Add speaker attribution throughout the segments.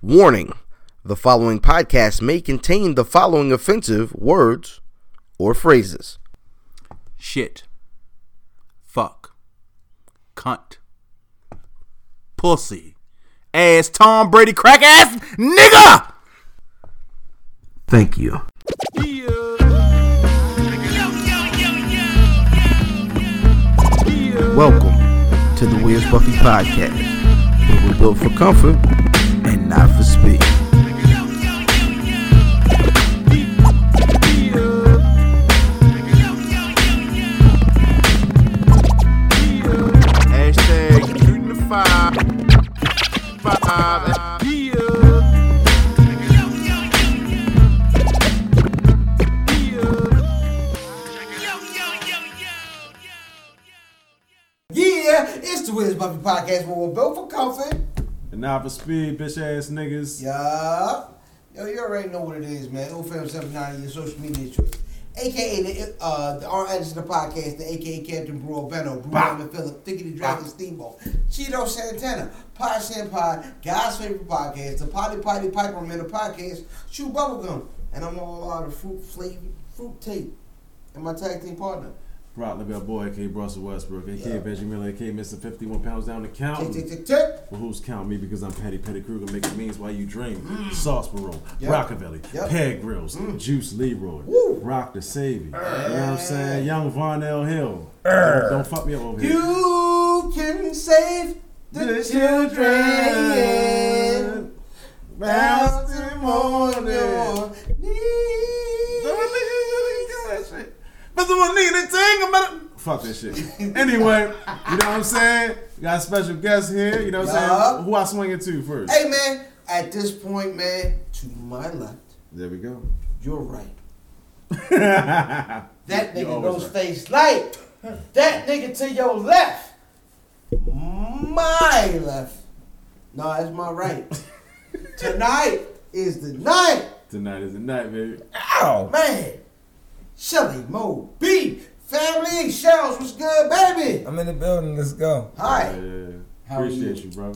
Speaker 1: Warning the following podcast may contain the following offensive words or phrases.
Speaker 2: Shit. Fuck. Cunt. Pussy. Ass Tom Brady crack ass nigga!
Speaker 1: Thank you. Welcome to the Where's Buffy podcast, where we're built for comfort and not for speed. Hashtag shooting the five. Five. Yeah.
Speaker 3: Yeah, it's the Wiz Buffy Podcast where we're built for comfort.
Speaker 4: And now for speed, bitch ass niggas.
Speaker 3: Yeah. Yo, you already know what it is, man. OFM79, your social media choice. AKA the uh the R Edison of the podcast, the AKA Captain Brewer Beno, Brewer and Philip, Thickety Dragon Steamboat, Cheeto Santana, Pod San Pod, God's favorite podcast, the Potty Potty Piper Man of Podcast, Chew Bubblegum, and I'm all out of fruit flavor fruit tape. And my tag team partner.
Speaker 4: Brock LaBelle Boy, aka Russell Westbrook, aka Benjamin Miller, aka Mr. 51 Pounds Down to
Speaker 3: Tick
Speaker 4: Count.
Speaker 3: tick tick tick.
Speaker 4: Well, who's counting me because I'm Patty Petty Kruger making means while you dream. Sauce Barone,
Speaker 3: Mm. Yep.
Speaker 4: Rockavelli,
Speaker 3: Yep. Mm.
Speaker 4: Peg Grills, Juice Leroy,
Speaker 3: Woo.
Speaker 4: Rock the Savior. You know what I'm saying? Young Von L. Hill. Don't, don't fuck me up over here.
Speaker 3: You can save the, children. Bounce them on your knees.
Speaker 4: But the one nigga that sang about it. Fuck that shit. Anyway, you know what I'm saying? Got a special guest here. You know what I'm
Speaker 3: Yup.
Speaker 4: saying? Who I swing it to first?
Speaker 3: Hey man, at this point, man, to my left,
Speaker 4: There we go.
Speaker 3: you're right.
Speaker 4: that
Speaker 3: That
Speaker 4: You
Speaker 3: nigga knows
Speaker 4: always right.
Speaker 3: face light. That nigga to your left. My left. No, that's my right. Tonight is the night.
Speaker 4: Tonight is the night, baby.
Speaker 3: Oh man, Shelly Mo B, family shells, what's good, baby?
Speaker 5: I'm in the building. Let's go.
Speaker 3: Alright,
Speaker 4: Yeah.
Speaker 5: How are
Speaker 4: Appreciate you? bro.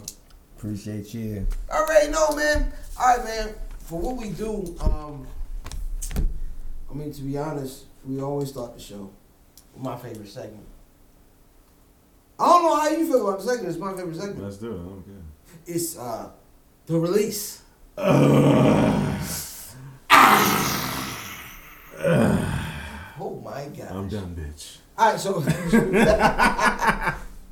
Speaker 5: Appreciate you.
Speaker 3: already know, man. Alright, man. For what we do, um, I mean to be honest, we always start the show with my favorite segment. I don't know how you feel about the segment. It's my favorite segment.
Speaker 4: Let's do it. I don't care.
Speaker 3: It's uh, the release. Oh my god.
Speaker 4: I'm done, bitch.
Speaker 3: All right, so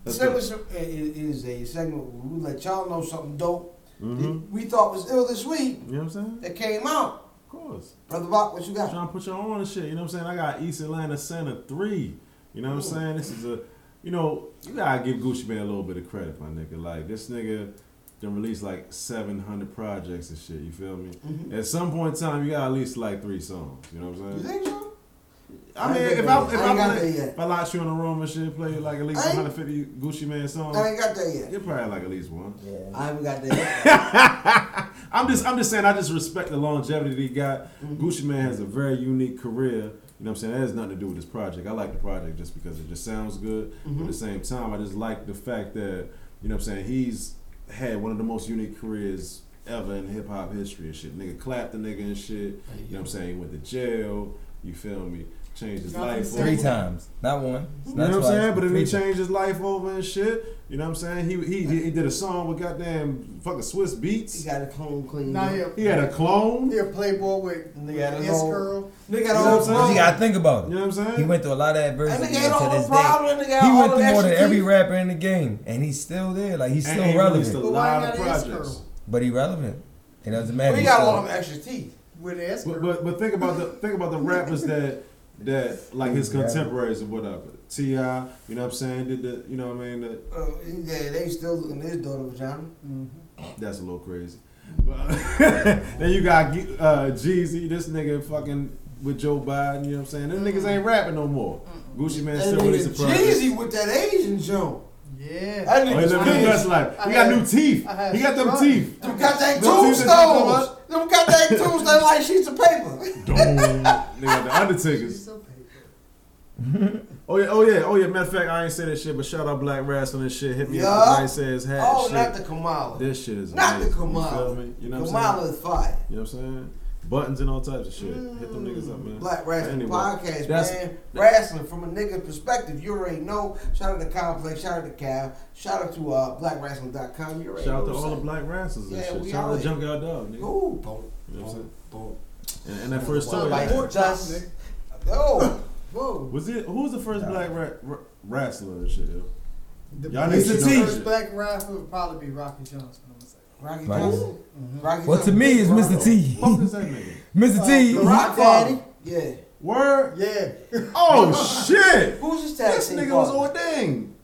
Speaker 4: Let's
Speaker 3: segment i- i- is a segment where we let y'all know something dope
Speaker 4: Mm-hmm.
Speaker 3: that we thought was ill this week
Speaker 4: You know what I'm saying?
Speaker 3: that came out.
Speaker 4: Of course.
Speaker 3: Brother Bach, what you got?
Speaker 4: Trying to put you on and shit. You know what I'm saying? I got East Atlanta Center 3. You know what I'm saying? This is a, you know, you gotta give Gucci Man a little bit of credit, my nigga. Like, this nigga done released like 700 projects and shit. You feel me? At some point in time, you got at least like three songs. You know what I'm
Speaker 3: Mm-hmm. You
Speaker 4: saying?
Speaker 3: think so?
Speaker 4: I mean,
Speaker 3: I ain't
Speaker 4: if
Speaker 3: got that
Speaker 4: I if
Speaker 3: yet. I ain't
Speaker 4: I,
Speaker 3: got
Speaker 4: play-
Speaker 3: that yet.
Speaker 4: if I locked you in a room and shit, play like at least
Speaker 3: I ain't-
Speaker 4: 150 Gucci Man songs,
Speaker 3: I ain't got that yet.
Speaker 4: you're probably like at least one.
Speaker 5: Yeah.
Speaker 3: I haven't got that yet.
Speaker 4: I'm just I'm just saying I just respect the longevity that he got. Gucci Man has a very unique career. You know what I'm saying? That has nothing to do with this project. I like the project just because it just sounds good. But
Speaker 3: Mm-hmm.
Speaker 4: at the same time, I just like the fact that, you know what I'm saying, he's had one of the most unique careers ever in hip hop history and shit. Nigga clapped the nigga and shit. You know what I'm saying? He went to jail. You feel me? Changed his life.
Speaker 5: Three
Speaker 4: over.
Speaker 5: times. Not one.
Speaker 4: You know what I'm saying? But then he
Speaker 5: three
Speaker 4: changed his life over and shit. You know what I'm saying? He he, he did a song with goddamn fucking Swiss
Speaker 3: he
Speaker 4: beats.
Speaker 3: got a clone clean.
Speaker 6: Now he
Speaker 3: Nigga
Speaker 6: a,
Speaker 4: He had a clone.
Speaker 6: he a playboy with
Speaker 3: Nigga had his
Speaker 6: his
Speaker 3: own-
Speaker 6: girl.
Speaker 3: got
Speaker 4: You
Speaker 3: all the
Speaker 4: know what I'm saying?
Speaker 5: But you
Speaker 3: problems.
Speaker 5: gotta think about it.
Speaker 4: You know what I'm saying?
Speaker 5: He went through a lot of
Speaker 3: That
Speaker 5: adversity
Speaker 3: nigga
Speaker 5: to
Speaker 3: had all
Speaker 5: this
Speaker 3: the
Speaker 5: day.
Speaker 3: problems. Nigga got
Speaker 5: He
Speaker 3: all
Speaker 5: went
Speaker 3: the
Speaker 5: through more than
Speaker 3: extra
Speaker 5: every
Speaker 3: teeth.
Speaker 5: rapper in the game, and he's still there. Like he's
Speaker 4: And
Speaker 5: still
Speaker 4: he released
Speaker 5: relevant.
Speaker 4: a
Speaker 6: But why
Speaker 4: lot
Speaker 6: not
Speaker 4: of
Speaker 6: his
Speaker 4: projects.
Speaker 6: girl?
Speaker 5: But he relevant. It doesn't matter.
Speaker 3: We
Speaker 5: He's
Speaker 3: got
Speaker 5: still-
Speaker 3: all them extra teeth.
Speaker 6: With his girl.
Speaker 4: But, but but think about the think about the rappers that that like his
Speaker 5: Yeah.
Speaker 4: contemporaries or whatever. Ti, you know what I'm saying? Did the you know what I mean? The,
Speaker 3: Uh, yeah, they still looking at his daughter vagina.
Speaker 4: that's a little crazy. But, then you got uh, Jeezy, this nigga fucking with Joe Biden. You know what I'm saying? Them niggas ain't rapping no more. Gucci Man
Speaker 3: That
Speaker 4: still releasing
Speaker 3: nigga
Speaker 4: projects.
Speaker 3: Jeezy with that Asian jump.
Speaker 6: yeah.
Speaker 3: That
Speaker 4: Oh, he
Speaker 3: nigga's
Speaker 4: living his
Speaker 3: crazy.
Speaker 4: best life.
Speaker 6: I
Speaker 4: He got
Speaker 6: had-
Speaker 4: new teeth.
Speaker 6: I had
Speaker 4: He got them
Speaker 6: fun.
Speaker 4: teeth.
Speaker 3: Them goddamn
Speaker 4: Them teeth
Speaker 3: tombstones.
Speaker 4: that
Speaker 3: Them goddamn tombstones like sheets of paper.
Speaker 4: Dong. Nigga, the Undertakers.
Speaker 6: She's so paper.
Speaker 4: Oh yeah, oh yeah, oh yeah. Matter of fact, I ain't say that shit, but shout out Black Rass on this shit. Hit me
Speaker 3: Yeah.
Speaker 4: up. I say his hat.
Speaker 3: Oh,
Speaker 4: shit.
Speaker 3: not the Kamala.
Speaker 4: This shit is
Speaker 3: Not the
Speaker 4: amazing. You feel
Speaker 3: Kamala.
Speaker 4: me? You know what I'm
Speaker 3: Kamala
Speaker 4: saying?
Speaker 3: is fire.
Speaker 4: You know what I'm saying? Buttons and all types of shit. Hit them niggas up, man.
Speaker 3: Mm. Black Wrestling
Speaker 4: Anyway,
Speaker 3: Podcast,
Speaker 4: that's-
Speaker 3: man. Wrestling from a nigga perspective. You already know. Shout out to Complex. Shout out to Cal. Shout out to uh, blackwrestling.com. You already
Speaker 4: Shout out
Speaker 3: know
Speaker 4: to all
Speaker 3: what's
Speaker 4: the
Speaker 3: up.
Speaker 4: Black Rassers and
Speaker 3: Yeah,
Speaker 4: shit.
Speaker 3: we
Speaker 4: Shout
Speaker 3: out
Speaker 4: out to
Speaker 3: here.
Speaker 4: Junkyard Dog, nigga.
Speaker 3: Ooh, boom,
Speaker 4: You know
Speaker 3: boom,
Speaker 4: what I'm saying?
Speaker 3: boom.
Speaker 4: And, and that first toy.
Speaker 3: Somebody
Speaker 4: yeah.
Speaker 3: just- Oh, whoa.
Speaker 4: Was it who was the first
Speaker 5: Nah.
Speaker 4: black ra- ra- wrestler and shit? Yo?
Speaker 6: The
Speaker 4: Y'all
Speaker 6: the
Speaker 4: need to teach
Speaker 6: first
Speaker 4: it.
Speaker 6: black rapper would probably be Rocky Johnson. I'm gonna say.
Speaker 3: Rocky
Speaker 5: Like-
Speaker 3: Johnson. Rocky
Speaker 5: Well, to
Speaker 3: Johnson.
Speaker 5: me, it's Mr. T.
Speaker 4: Fuck is that nigga?
Speaker 5: Mr. T.
Speaker 3: The Rock Daddy. Yeah.
Speaker 4: Word.
Speaker 6: Yeah,
Speaker 4: Oh shit!
Speaker 3: Who's his tag
Speaker 4: This
Speaker 3: team
Speaker 4: nigga was
Speaker 3: partner?
Speaker 4: ordained.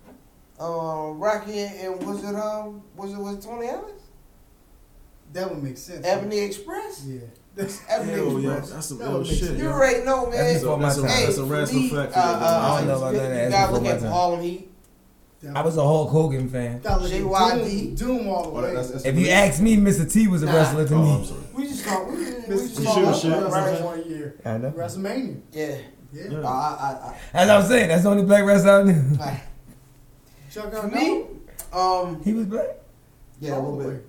Speaker 3: Uh, Rocky and, and was it um was it was it Tony Ellis?
Speaker 6: that would make sense.
Speaker 3: Ebony Express.
Speaker 6: Yeah.
Speaker 4: Hell,
Speaker 3: Ebony
Speaker 4: yo,
Speaker 3: Express.
Speaker 4: that's some
Speaker 6: That
Speaker 4: ill
Speaker 6: would make
Speaker 4: shit.
Speaker 6: sense.
Speaker 3: You
Speaker 4: yo.
Speaker 3: already know,
Speaker 5: That's
Speaker 3: man.
Speaker 5: before my
Speaker 4: That's a-
Speaker 5: time.
Speaker 3: Hey,
Speaker 4: that's a wrestling
Speaker 3: for me,
Speaker 4: fact.
Speaker 3: Uh, uh,
Speaker 5: I don't know about that.
Speaker 3: You
Speaker 5: That's
Speaker 3: gotta
Speaker 5: before
Speaker 3: look
Speaker 5: my
Speaker 3: at
Speaker 5: time.
Speaker 3: Harlem Heat.
Speaker 5: I was a Hulk Hogan fan.
Speaker 6: Gotta look at
Speaker 3: JYD.
Speaker 6: Doom, Doom all the
Speaker 4: Oh,
Speaker 6: way.
Speaker 4: that- that's- that's
Speaker 5: If you
Speaker 4: me.
Speaker 5: ask me, Mr. T was a
Speaker 3: Nah.
Speaker 5: wrestler to
Speaker 4: oh, I'm
Speaker 5: me.
Speaker 4: sorry.
Speaker 3: We just call we, just- we
Speaker 6: Mr.
Speaker 3: just
Speaker 4: You
Speaker 3: call
Speaker 4: shoot
Speaker 3: up
Speaker 4: the shit.
Speaker 3: like
Speaker 6: Wrestling
Speaker 3: Rocky.
Speaker 6: one year.
Speaker 5: I know.
Speaker 6: WrestleMania.
Speaker 3: Yeah,
Speaker 6: Yeah.
Speaker 4: Yeah.
Speaker 3: I, I,
Speaker 5: As I was saying, that's the only black wrestler I knew.
Speaker 3: I, I,
Speaker 6: Chuck
Speaker 3: for
Speaker 6: out
Speaker 3: me, um,
Speaker 5: He was black.
Speaker 3: yeah, a little bit,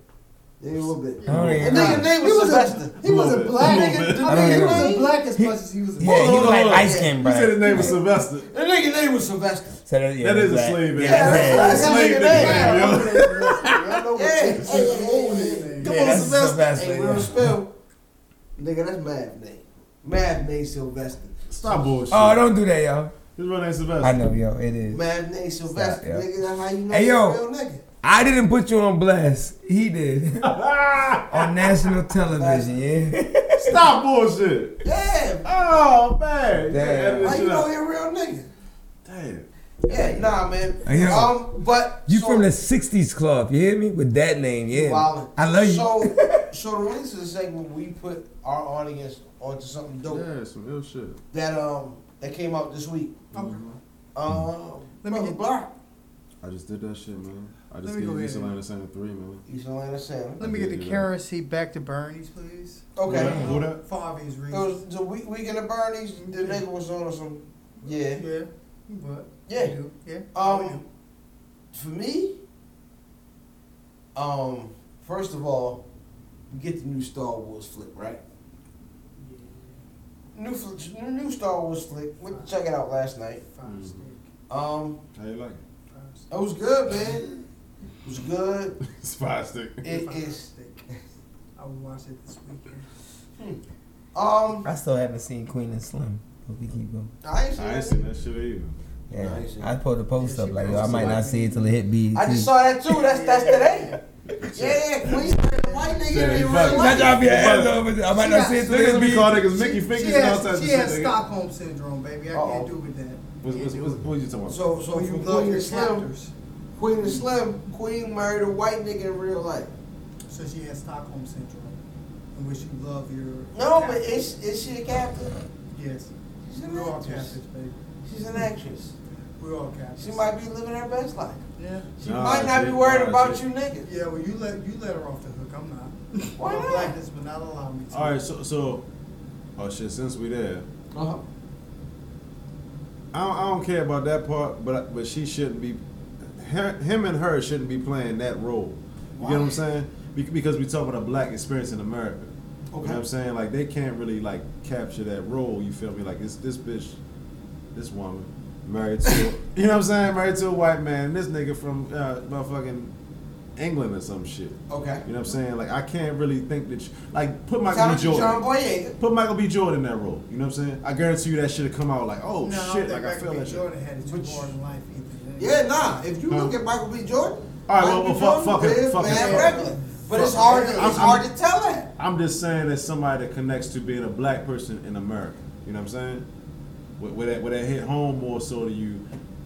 Speaker 3: yeah, a little bit.
Speaker 5: I don't
Speaker 6: Yeah.
Speaker 5: even
Speaker 3: And then your
Speaker 5: know.
Speaker 3: name was
Speaker 6: He was a-
Speaker 3: Sylvester.
Speaker 6: He wasn't black.
Speaker 4: A little bit.
Speaker 6: I mean, he
Speaker 5: I
Speaker 3: don't
Speaker 6: wasn't
Speaker 3: know.
Speaker 6: black as
Speaker 5: He-
Speaker 6: much as he was. a
Speaker 5: Yeah, he
Speaker 4: Hold
Speaker 5: was
Speaker 4: on,
Speaker 5: like
Speaker 4: hold on.
Speaker 5: light skinned
Speaker 4: You said his
Speaker 5: black.
Speaker 4: name was Sylvester.
Speaker 3: That nigga name was Sylvester.
Speaker 5: So that, yeah,
Speaker 4: That is a
Speaker 5: black.
Speaker 4: slave
Speaker 5: Yeah,
Speaker 4: name.
Speaker 5: that's
Speaker 3: Yeah,
Speaker 5: it.
Speaker 3: that's
Speaker 4: That's a
Speaker 3: what
Speaker 4: slave
Speaker 3: I'm
Speaker 4: nigga name,
Speaker 6: I remember that wrestler. Y'all know what
Speaker 3: Yeah.
Speaker 6: Chuck
Speaker 3: Hey,
Speaker 6: is.
Speaker 3: hey,
Speaker 6: Old
Speaker 3: hey,
Speaker 6: name.
Speaker 5: Yeah, that's Sylvester,
Speaker 3: Hey,
Speaker 5: yeah.
Speaker 3: real spell, nigga. That's Mav name. Mav name Sylvester.
Speaker 4: yo. Stop bullshit.
Speaker 5: Oh, don't do that, y'all.
Speaker 4: His real name
Speaker 5: I
Speaker 4: Sylvester.
Speaker 5: know, yo. It is.
Speaker 3: Mav name Sylvester.
Speaker 5: yeah.
Speaker 3: Nigga, that's how you know
Speaker 5: Hey,
Speaker 3: you're
Speaker 5: yo.
Speaker 3: a real nigga.
Speaker 5: I didn't put you on blast. He did. on national television, yeah.
Speaker 4: Ah, Stop bullshit.
Speaker 3: Yeah.
Speaker 4: Oh man.
Speaker 5: Damn.
Speaker 3: How
Speaker 4: You gotta edit
Speaker 3: you
Speaker 4: this
Speaker 3: know
Speaker 4: shit out.
Speaker 3: you're a real nigga?
Speaker 4: Damn.
Speaker 3: Yeah, nah, man.
Speaker 5: Hey, yo.
Speaker 3: Um, but
Speaker 5: You
Speaker 3: so-
Speaker 5: from the 60s club, you hear me? With that name, yeah.
Speaker 3: Wildin'.
Speaker 5: I love you.
Speaker 3: So, so the release of the segment, we put our audience onto something dope
Speaker 4: Yeah, some ill shit.
Speaker 3: that um that came out this week.
Speaker 6: Okay.
Speaker 5: Hmm.
Speaker 3: Um,
Speaker 6: Let me
Speaker 3: Brother
Speaker 6: get-
Speaker 3: Block,
Speaker 4: I just did that shit, man. I
Speaker 6: Let
Speaker 4: just
Speaker 6: me
Speaker 4: gave
Speaker 6: go
Speaker 4: you
Speaker 6: ahead
Speaker 4: some
Speaker 6: and-
Speaker 4: line of Santa three, man.
Speaker 3: East Atlanta Salmon.
Speaker 6: Let me get the Karen seat back to Bernie's, please.
Speaker 3: Okay.
Speaker 4: Yeah. Who that?
Speaker 6: Farvey's
Speaker 3: It
Speaker 6: reason.
Speaker 3: was the week weekend of Bernie's. The nigga was on some. Yeah,
Speaker 6: Yeah. What?
Speaker 3: Yeah.
Speaker 6: You do. Yeah.
Speaker 3: Um, for me, um, first of all, we get the new Star Wars flick, right? New, fl- new new Star Wars flick. We check it out last night.
Speaker 4: Hmm.
Speaker 6: Five stick.
Speaker 3: Um,
Speaker 4: How you like it?
Speaker 6: Five stick.
Speaker 3: it was good, man. It was good.
Speaker 4: It's five stick.
Speaker 3: It
Speaker 6: Five
Speaker 3: is.
Speaker 6: stick. I will watch it this weekend.
Speaker 3: Um,
Speaker 5: I still haven't seen Queen and Slim, but we keep going.
Speaker 3: I ain't seen
Speaker 4: I ain't
Speaker 3: that
Speaker 4: seen
Speaker 3: either.
Speaker 4: that shit either.
Speaker 5: Yeah.
Speaker 3: Nice.
Speaker 5: I put the post
Speaker 6: Yeah,
Speaker 5: up
Speaker 6: she
Speaker 5: like, yo, I
Speaker 6: posted
Speaker 5: might not
Speaker 6: like-
Speaker 5: see it till it hit B.
Speaker 3: I just saw that too. That's that's today. Yeah, Queen, white nigga in
Speaker 4: Yeah, he
Speaker 3: real
Speaker 4: fucked.
Speaker 5: Not
Speaker 3: life.
Speaker 5: y'all be ass over there. I might
Speaker 6: She
Speaker 5: not
Speaker 6: got-
Speaker 5: see it till
Speaker 4: Niggas
Speaker 5: it
Speaker 4: be
Speaker 5: hit
Speaker 4: call
Speaker 5: B.
Speaker 4: niggas Mickey Fingers
Speaker 6: She
Speaker 4: and all
Speaker 6: has,
Speaker 4: types of
Speaker 6: she
Speaker 4: shit.
Speaker 6: has
Speaker 4: nigga.
Speaker 6: Stockholm syndrome, baby. I
Speaker 3: Uh-oh.
Speaker 6: can't do with that.
Speaker 4: What's- what's- what's- What are you talking about?
Speaker 3: So so
Speaker 6: When you
Speaker 3: from
Speaker 6: love
Speaker 3: Queen
Speaker 6: your
Speaker 3: and Slim,
Speaker 6: captors,
Speaker 3: Queen and Slim, Queen married a white nigga in real life.
Speaker 6: so she has Stockholm syndrome, in which you love your.
Speaker 3: No, but
Speaker 6: captors.
Speaker 3: is is she a captain?
Speaker 6: yes,
Speaker 3: She's an
Speaker 6: we're all
Speaker 3: actress.
Speaker 6: captors, baby.
Speaker 3: She's an actress.
Speaker 6: We're all captors.
Speaker 3: She might be living her best life.
Speaker 6: Yeah.
Speaker 3: She
Speaker 4: Nah,
Speaker 3: might not
Speaker 4: she-
Speaker 3: be worried
Speaker 4: nah,
Speaker 3: about
Speaker 4: she-
Speaker 3: you niggas.
Speaker 6: Yeah. Well, you let you let her off the hook. I'm not.
Speaker 3: Why
Speaker 6: My
Speaker 3: not?
Speaker 6: blackness would not allow me to.
Speaker 4: All right, so so, oh shit. Since we there,
Speaker 3: Uh-huh.
Speaker 4: I don't, I don't care about that part, but but she shouldn't be, her, him and her shouldn't be playing that role. You get what
Speaker 3: Why?
Speaker 4: I'm saying? Be- Because we talk about a black experience in America. You
Speaker 3: Okay.
Speaker 4: know what I'm saying? Like they can't really like capture that role. You feel me? Like this this bitch, this woman married to you know what I'm saying? Married to a white man. This nigga from uh, motherfucking England or some shit.
Speaker 3: Okay.
Speaker 4: You know what I'm saying? Like I can't really think that you, like put
Speaker 3: Shout
Speaker 4: Michael
Speaker 3: out
Speaker 4: B.
Speaker 3: to John
Speaker 4: Jordan.
Speaker 3: Boyega.
Speaker 4: Put Michael B. Jordan in that role. You know what I'm saying? I guarantee you that should have come out like, oh
Speaker 6: no, I
Speaker 4: shit,
Speaker 6: don't think
Speaker 4: like I
Speaker 6: Michael
Speaker 4: feel
Speaker 6: B.
Speaker 4: that shit.
Speaker 6: Jordan had it too
Speaker 3: But
Speaker 6: hard in life either.
Speaker 3: Yeah, nah. If you
Speaker 4: Huh?
Speaker 3: look at Michael B. Jordan,
Speaker 4: All right,
Speaker 3: Michael
Speaker 4: well,
Speaker 3: B.
Speaker 4: well,
Speaker 3: Jordan
Speaker 4: fuck- fuck it,
Speaker 3: is
Speaker 4: fuck it.
Speaker 3: mad regular. But it's
Speaker 6: Fuck
Speaker 3: hard.
Speaker 6: it.
Speaker 3: It's
Speaker 6: I'm-
Speaker 3: hard to tell that.
Speaker 4: I'm just saying that somebody that connects to being a black person in America. You know what I'm saying? Where, where that where that hit home more so to you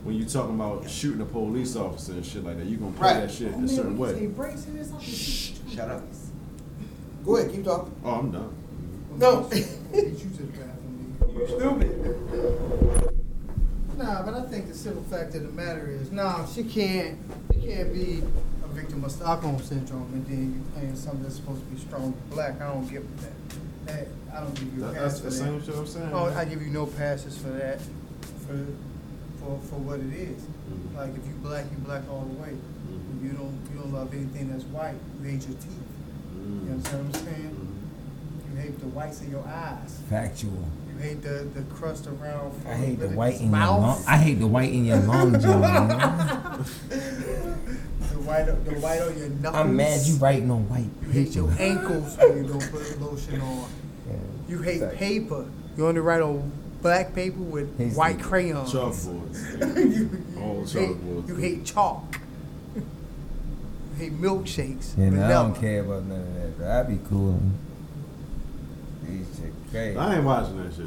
Speaker 4: when you talking about shooting a police officer and shit like that. You gonna play
Speaker 3: Right.
Speaker 4: that shit a certain way.
Speaker 6: Shh.
Speaker 3: Shut up. Go ahead, keep talking.
Speaker 4: Oh, I'm done.
Speaker 3: No.
Speaker 6: You to the bathroom, nigga.
Speaker 3: You stupid.
Speaker 6: Nah, but I think the simple fact of the matter is, nah, she can't, she can't be a victim of Stockholm syndrome, and then you playing something that's supposed to be strong and black. I don't give a that. That I don't give you a
Speaker 4: That,
Speaker 6: pass
Speaker 4: that's
Speaker 6: for
Speaker 4: the
Speaker 6: that.
Speaker 4: same shit I'm saying.
Speaker 6: Oh, I give you no passes for that. For, for for, for what it is. Like if you black, you black all the way. You don't you don't love anything that's white. You hate your teeth. You understand what I'm saying? You hate the whites in your eyes.
Speaker 5: Factual.
Speaker 6: You hate the, the crust around.
Speaker 5: I hate the
Speaker 6: Philip
Speaker 5: white in your lung.
Speaker 6: mouth.
Speaker 5: I hate the white in your lung, John. man.
Speaker 6: The white the white on your knuckles.
Speaker 5: I'm mad you writing on white.
Speaker 6: You hate your
Speaker 5: paper.
Speaker 6: ankles when you don't put lotion on. You hate
Speaker 5: Exactly.
Speaker 6: paper. You only write on black paper with
Speaker 5: He's
Speaker 6: white
Speaker 5: the-
Speaker 6: crayons.
Speaker 4: Chalkboards.
Speaker 6: you, you,
Speaker 4: All
Speaker 6: you hate,
Speaker 4: chalkboards.
Speaker 6: you hate chalk. You hate milkshakes.
Speaker 5: Yeah, no, I
Speaker 6: vanilla.
Speaker 5: don't care about none of that. Though. I'd be cool. These shit crazy.
Speaker 4: I ain't watching that shit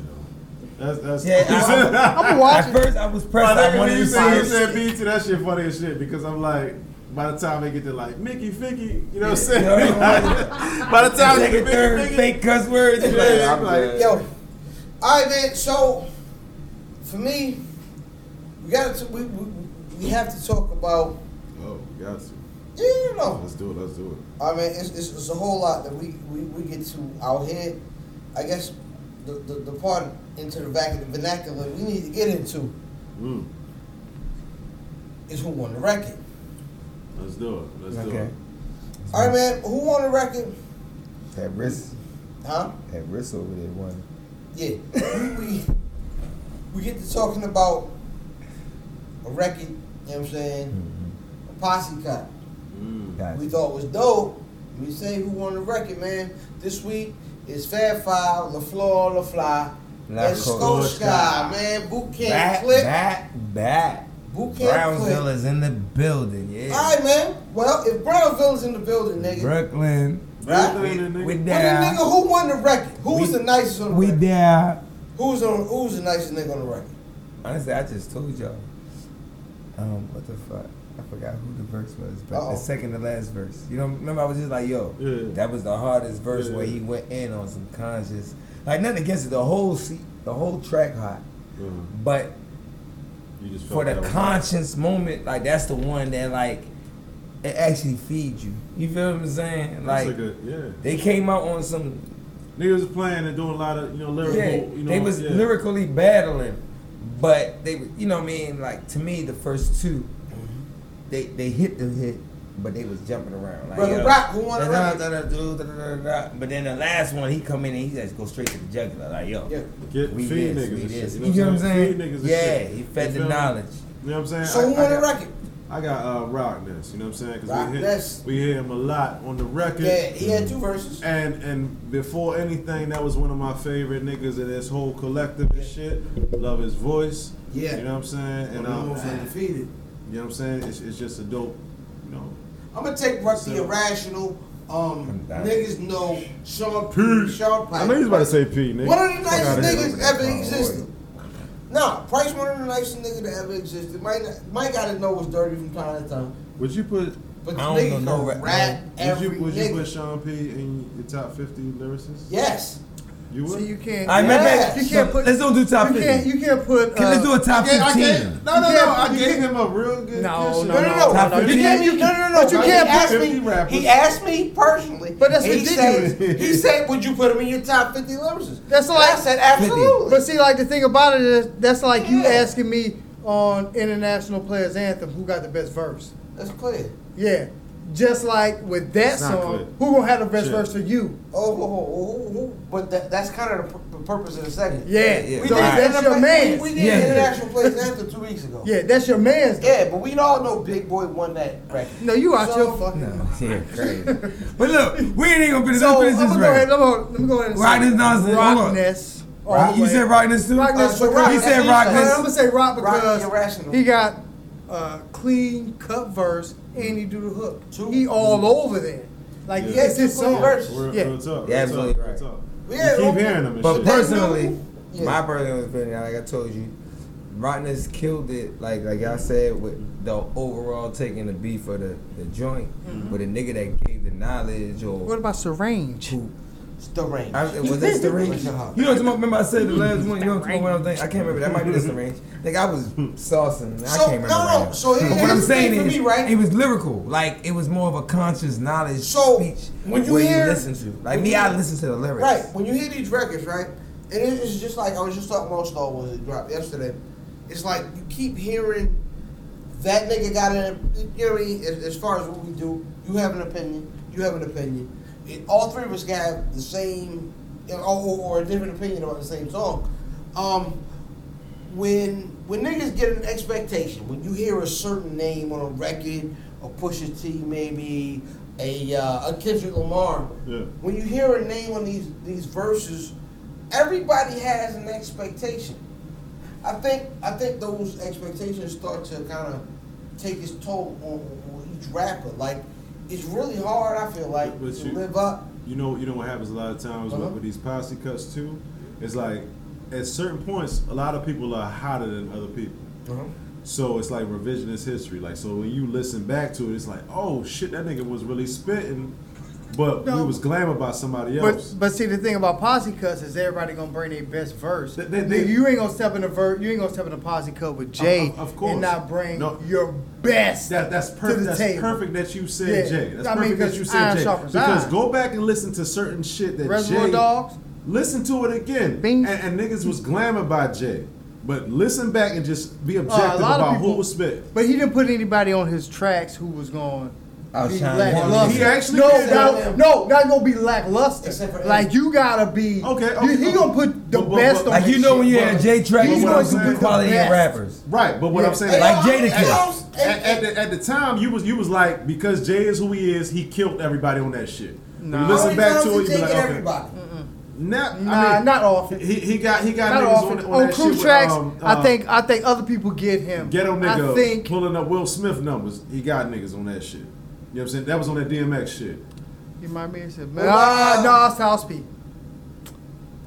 Speaker 4: though. That's that's.
Speaker 5: Yeah, I-
Speaker 6: I'm
Speaker 5: At
Speaker 6: watching.
Speaker 5: first, I was
Speaker 4: I
Speaker 5: pressed.
Speaker 4: think
Speaker 5: I
Speaker 4: when
Speaker 5: wanted
Speaker 4: you
Speaker 5: to
Speaker 4: say you
Speaker 5: see it.
Speaker 4: said BT, that shit funny as shit because I'm like, by the time they get to like Mickey Ficky, you know what I'm saying?
Speaker 5: Yeah.
Speaker 4: by the time they
Speaker 5: Second,
Speaker 4: get to
Speaker 5: third,
Speaker 4: Mickey Ficky,
Speaker 5: fake cuss words.
Speaker 4: Yeah,
Speaker 5: Like, I'm
Speaker 4: like,
Speaker 5: good.
Speaker 3: Yo, all right, man. So for me, we got to we, we we have to talk about
Speaker 4: oh, we got to.
Speaker 3: yeah, you know.
Speaker 4: Let's do it. Let's do it.
Speaker 3: I mean, it's, it's, it's a whole lot that we, we, we get to out here. I guess the, the, the part into the back of the vernacular we need to get into
Speaker 4: Mm,
Speaker 3: is who won the record.
Speaker 4: let's do it. Let's do
Speaker 5: Okay.
Speaker 4: it.
Speaker 3: All right, man, who won the record?
Speaker 5: That wrist,
Speaker 3: Huh?
Speaker 5: that wrist over there, one.
Speaker 3: Yeah. we, we, we get to talking about a record, you know what I'm saying?
Speaker 5: Mm-hmm.
Speaker 3: A posse cut.
Speaker 4: Mm,
Speaker 5: Got
Speaker 3: we
Speaker 5: you.
Speaker 3: thought was dope. We say who won the record, man. This week is Fab Five, LaFleur, LaFly,
Speaker 5: La
Speaker 3: and Skull
Speaker 5: Coach.
Speaker 3: Sky, man. Boot
Speaker 5: Back,
Speaker 3: Camp Clip.
Speaker 5: back, back.
Speaker 3: Boot Camp Clip.
Speaker 5: Brownsvilla's in the building, yeah.
Speaker 3: All right, man. Well, if Brownville's in the building, nigga.
Speaker 5: Brooklyn,
Speaker 3: Right?
Speaker 4: Brooklyn, nigga.
Speaker 5: we
Speaker 3: But then,
Speaker 5: there.
Speaker 3: nigga, who won the record? Who was
Speaker 5: We-
Speaker 3: the nicest on the
Speaker 5: We
Speaker 3: record?
Speaker 5: there.
Speaker 3: Who was on? Who was the nicest nigga on the record?
Speaker 5: Honestly, I just told y'all. Um, what the fuck? I forgot who the verse was, but
Speaker 3: Uh-oh.
Speaker 5: the second to last verse. You know, remember I was just like, yo,
Speaker 4: Oh. Yeah.
Speaker 5: that was the hardest verse
Speaker 4: Yeah.
Speaker 5: where he went in on some conscious, like nothing against it. The whole seat, the whole track hot,
Speaker 4: Mm,
Speaker 5: but
Speaker 4: you just felt
Speaker 5: for the
Speaker 4: that way.
Speaker 5: conscious moment, like that's the one that like it actually feeds you. You feel what I'm
Speaker 4: That's
Speaker 5: saying? Like
Speaker 4: a good- yeah.
Speaker 5: they came out on some
Speaker 4: Niggas was playing and doing a lot of you know lyrical.
Speaker 5: Yeah,
Speaker 4: you know,
Speaker 5: they was
Speaker 4: yeah.
Speaker 5: lyrically battling, but they, was- you know, what I mean, like to me, the first two, they they hit the hit, but they was jumping around. Like,
Speaker 3: Brother
Speaker 5: yo,
Speaker 3: Rock, who won the
Speaker 5: da-
Speaker 3: record?
Speaker 5: da- da- do- da- da- da- da. But then the last one, he come in and he just go straight to the jugular, like yo,
Speaker 3: Yeah.
Speaker 4: Get
Speaker 5: we
Speaker 4: feed
Speaker 5: this,
Speaker 4: niggas
Speaker 5: we
Speaker 4: and
Speaker 5: this.
Speaker 4: shit.
Speaker 5: You know what I'm saying?
Speaker 4: Feed niggas and
Speaker 5: yeah,
Speaker 4: shit.
Speaker 5: he
Speaker 4: You
Speaker 5: fed
Speaker 4: feel
Speaker 5: the
Speaker 4: me?
Speaker 5: knowledge.
Speaker 4: You know what I'm saying?
Speaker 3: So who
Speaker 4: I, I
Speaker 3: won the
Speaker 4: got,
Speaker 3: record?
Speaker 4: I got uh, Rockness. You know what I'm saying? Because
Speaker 3: Rock
Speaker 4: we hear
Speaker 3: Ness.
Speaker 4: we hear him a lot on the record.
Speaker 3: Yeah, he had two verses.
Speaker 4: And and before anything, that was one of my favorite niggas in this whole collective and shit. Love his voice.
Speaker 3: Yeah.
Speaker 4: You know what I'm saying? And um,
Speaker 3: Almost undefeated.
Speaker 4: you know what I'm saying? It's, it's just a dope, you know.
Speaker 3: I'm gonna take Ruck the
Speaker 4: So-
Speaker 3: Irrational. Um,
Speaker 5: I'm down.
Speaker 3: niggas know Sean
Speaker 4: Peace.
Speaker 3: Sean Pike.
Speaker 4: I know you was about to say P, nigga.
Speaker 3: One of the
Speaker 4: Fuck outta here.
Speaker 3: nicest niggas ever
Speaker 5: Oh,
Speaker 3: existed. No, Price one of the nicest niggas that ever existed. Mike, Mike got his nose dirty from time to time,
Speaker 4: Would you put
Speaker 3: but the
Speaker 5: I don't
Speaker 3: nigga
Speaker 5: know
Speaker 3: can
Speaker 5: no rap-
Speaker 3: rap
Speaker 4: would
Speaker 3: every
Speaker 4: you, would you
Speaker 3: nigga.
Speaker 4: put Sean P in your top 50 lyricists?
Speaker 3: yes,
Speaker 4: You would?
Speaker 6: See, you can't.
Speaker 5: I remember.
Speaker 3: Yeah.
Speaker 5: You can't put, let's don't do top
Speaker 6: You
Speaker 5: fifty.
Speaker 6: can't. You can't put. uh,
Speaker 5: Can- let's do a top
Speaker 4: I gave- I
Speaker 5: fifteen.
Speaker 4: gave- no, no,
Speaker 6: You
Speaker 4: no.
Speaker 6: can't-
Speaker 4: I
Speaker 6: you
Speaker 4: gave
Speaker 6: can't-
Speaker 4: him a real good
Speaker 6: No,
Speaker 4: good
Speaker 6: no,
Speaker 3: no,
Speaker 4: shit.
Speaker 3: no, no,
Speaker 5: Top
Speaker 3: no, no, you
Speaker 5: 15?
Speaker 3: can't, you, no, no, no,
Speaker 6: But you
Speaker 3: no,
Speaker 6: can't
Speaker 3: He asked
Speaker 4: put-
Speaker 3: me.
Speaker 4: 50 rappers.
Speaker 3: He asked me personally.
Speaker 6: But that's
Speaker 3: he
Speaker 6: ridiculous.
Speaker 3: Said, he said, "Would you put him in your top 50 lyricists?"
Speaker 6: That's
Speaker 3: And
Speaker 6: like-
Speaker 3: I said,
Speaker 5: 50.
Speaker 3: "Absolutely."
Speaker 6: But see, like the thing about it is, that's like you
Speaker 3: Yeah.
Speaker 6: asking me on international players anthem who got the best verse.
Speaker 3: That's clear.
Speaker 6: Yeah, just like with that
Speaker 4: It's not
Speaker 6: song,
Speaker 4: clear.
Speaker 6: who gonna have the best
Speaker 4: Shit.
Speaker 6: verse for you?
Speaker 3: Oh, oh, oh, oh, oh, but that, that's kind of the, pur- the purpose of the segment.
Speaker 6: Yeah,
Speaker 5: Yeah,
Speaker 3: We
Speaker 6: So
Speaker 3: did
Speaker 5: Right.
Speaker 6: that's your man.
Speaker 3: We, we did
Speaker 5: Yeah.
Speaker 3: international plays anthem two weeks ago.
Speaker 6: yeah, that's your man's.
Speaker 3: Yeah, but we all know Big Boy won that record.
Speaker 6: No, you out
Speaker 3: So-
Speaker 6: your fucking.
Speaker 5: No, yeah, crazy. but look, we ain't even gonna finish, let's
Speaker 6: So I'm
Speaker 5: finish
Speaker 6: gonna
Speaker 5: this
Speaker 6: go ahead.
Speaker 5: right.
Speaker 6: I'm gonna, let me go ahead and
Speaker 5: Rockness Nonsense, hold on.
Speaker 6: Rockness. all
Speaker 5: Rock-
Speaker 6: the
Speaker 5: You
Speaker 6: way.
Speaker 5: said Rockness too.
Speaker 6: Rockness.
Speaker 3: so
Speaker 6: for
Speaker 3: Rock-
Speaker 6: Rock-
Speaker 5: he said
Speaker 3: that's
Speaker 5: Rock
Speaker 3: what
Speaker 6: I'm
Speaker 3: you
Speaker 5: this-
Speaker 6: gonna say Rock
Speaker 3: Rock
Speaker 6: because
Speaker 3: Irrational.
Speaker 6: he got a clean cut verse and he do the hook.
Speaker 3: Two.
Speaker 6: He all over there. Like
Speaker 4: Yeah.
Speaker 6: yeah. it's his
Speaker 3: Yeah, two
Speaker 6: song.
Speaker 3: verse.
Speaker 4: Real,
Speaker 6: Yeah.
Speaker 4: real talk.
Speaker 5: Yeah,
Speaker 4: real
Speaker 5: absolutely
Speaker 4: talk, real
Speaker 5: right.
Speaker 4: talk.
Speaker 3: Yeah,
Speaker 4: you keep
Speaker 3: okay.
Speaker 4: hearing them and
Speaker 5: But
Speaker 4: shit.
Speaker 5: personally,
Speaker 3: Yeah.
Speaker 5: my personal opinion, like I told you, Rottenness killed it. Like like I said, with the overall taking the beef for the the joint,
Speaker 3: Mm-hmm.
Speaker 5: with a nigga that gave the knowledge or
Speaker 6: What about Syringe?
Speaker 5: who
Speaker 3: It's the range.
Speaker 5: I, was that the range? You know what I'm talking- remember I said the last one. You know what I'm talking about? I can't remember. That might be the range. Like I was saucing. I
Speaker 3: So,
Speaker 5: can't remember.
Speaker 3: no,
Speaker 5: right
Speaker 3: no.
Speaker 5: now.
Speaker 3: So,
Speaker 5: But
Speaker 3: here-
Speaker 5: what I'm
Speaker 3: here's the
Speaker 5: saying
Speaker 3: thing for
Speaker 5: is,
Speaker 3: me, right?
Speaker 5: it was lyrical. Like it was more of a conscious knowledge
Speaker 3: So,
Speaker 5: speech.
Speaker 3: when you
Speaker 5: where
Speaker 3: hear-
Speaker 5: listen to, like
Speaker 3: when
Speaker 5: me,
Speaker 3: you-
Speaker 5: I listen to the lyrics.
Speaker 3: Right. When you hear these records, right, and it- it's just like I was just talking about Star Wars. It dropped yesterday. It's like you keep hearing that nigga got an. You know what I mean? As, as far as what we do, you have an opinion. You have an opinion. It, all three of us got the same, or, or a different opinion about the same song. Um, when when niggas get an expectation, when you hear a certain name on a record, a Pusha T, maybe a uh, a Kendrick Lamar,
Speaker 4: Yeah.
Speaker 3: when you hear a name on these these verses, everybody has an expectation. I think I think those expectations start to kind of take its toll on, on each rapper. Like it's really hard. I feel like
Speaker 4: But
Speaker 3: to
Speaker 4: you-
Speaker 3: live up.
Speaker 4: you know, you know what happens a lot of times with-
Speaker 3: Uh-huh.
Speaker 4: with these policy cuts too. It's like at certain points, a lot of people are hotter than other people.
Speaker 6: Uh-huh.
Speaker 4: So it's like revisionist history. Like so, when you listen back to it, it's like, oh shit, that nigga was really spitting, but we
Speaker 6: No.
Speaker 4: was glamored by somebody
Speaker 6: But
Speaker 4: else.
Speaker 6: but see the thing about posse cuts is everybody gonna bring their best verse.
Speaker 4: They- they- they-
Speaker 6: you ain't gonna step in a verse. You ain't gonna step in a posse cut with Jay.
Speaker 4: Of- of course.
Speaker 6: And not bring
Speaker 4: No.
Speaker 6: your best.
Speaker 4: that, that's perfect.
Speaker 6: the
Speaker 4: That's
Speaker 6: table.
Speaker 4: perfect that you said
Speaker 6: Yeah.
Speaker 4: Jay. That's
Speaker 6: I mean,
Speaker 4: perfect that
Speaker 6: because
Speaker 4: you said
Speaker 6: iron
Speaker 4: Jay.
Speaker 6: sharpens
Speaker 4: Because
Speaker 6: iron.
Speaker 4: go back and listen to certain shit that
Speaker 6: Reservoir
Speaker 4: Jay.
Speaker 6: Dogs.
Speaker 4: Listen to it again.
Speaker 6: Bing.
Speaker 4: And, and niggas was glamored by Jay, but listen back and just be
Speaker 6: Uh, a
Speaker 4: objective
Speaker 6: lot of
Speaker 4: about who
Speaker 6: people-
Speaker 4: was spitting.
Speaker 6: But he didn't put anybody on his tracks who was going.
Speaker 5: Outshine him.
Speaker 4: He actually
Speaker 6: no,
Speaker 4: did.
Speaker 6: no, no, not gonna be lackluster.
Speaker 3: Except for
Speaker 6: like
Speaker 3: Ed.
Speaker 6: you gotta be
Speaker 4: Okay,
Speaker 6: You,
Speaker 4: okay,
Speaker 6: he gonna put the
Speaker 4: But- but-
Speaker 6: best
Speaker 4: but-
Speaker 6: on.
Speaker 5: Like you
Speaker 6: his
Speaker 5: know
Speaker 6: shit.
Speaker 5: when you had J Track,
Speaker 4: He's
Speaker 5: you
Speaker 4: gonna
Speaker 5: know some
Speaker 4: be
Speaker 5: good
Speaker 4: the
Speaker 5: quality
Speaker 6: best.
Speaker 5: rappers.
Speaker 4: Right, but what I'm
Speaker 6: Yeah.
Speaker 4: saying,
Speaker 5: Like
Speaker 4: is-
Speaker 5: Jada
Speaker 4: at,
Speaker 5: Kiss.
Speaker 4: at, at the, at the time, you was you was like because Jay is who he is. He killed everybody on that shit. When
Speaker 6: Nah.
Speaker 4: You listen back to it, you
Speaker 3: Jay
Speaker 4: be like,
Speaker 3: get
Speaker 4: okay.
Speaker 3: everybody.
Speaker 4: Nah, I
Speaker 6: Nah,
Speaker 4: mean,
Speaker 6: not often.
Speaker 4: He, he got he got
Speaker 6: Not
Speaker 4: niggas on,
Speaker 6: often.
Speaker 4: on,
Speaker 6: On,
Speaker 4: that shit
Speaker 6: crew
Speaker 4: with,
Speaker 6: tracks,
Speaker 4: um,
Speaker 6: I
Speaker 4: uh,
Speaker 6: think I think other people give him.
Speaker 4: ghetto nigga
Speaker 6: I think
Speaker 4: pulling up Will Smith numbers. He got niggas on that shit. You know what I'm saying? That was on that DMX shit.
Speaker 6: you might be said,
Speaker 3: Wow.
Speaker 6: man. Ah, nah, South Speed.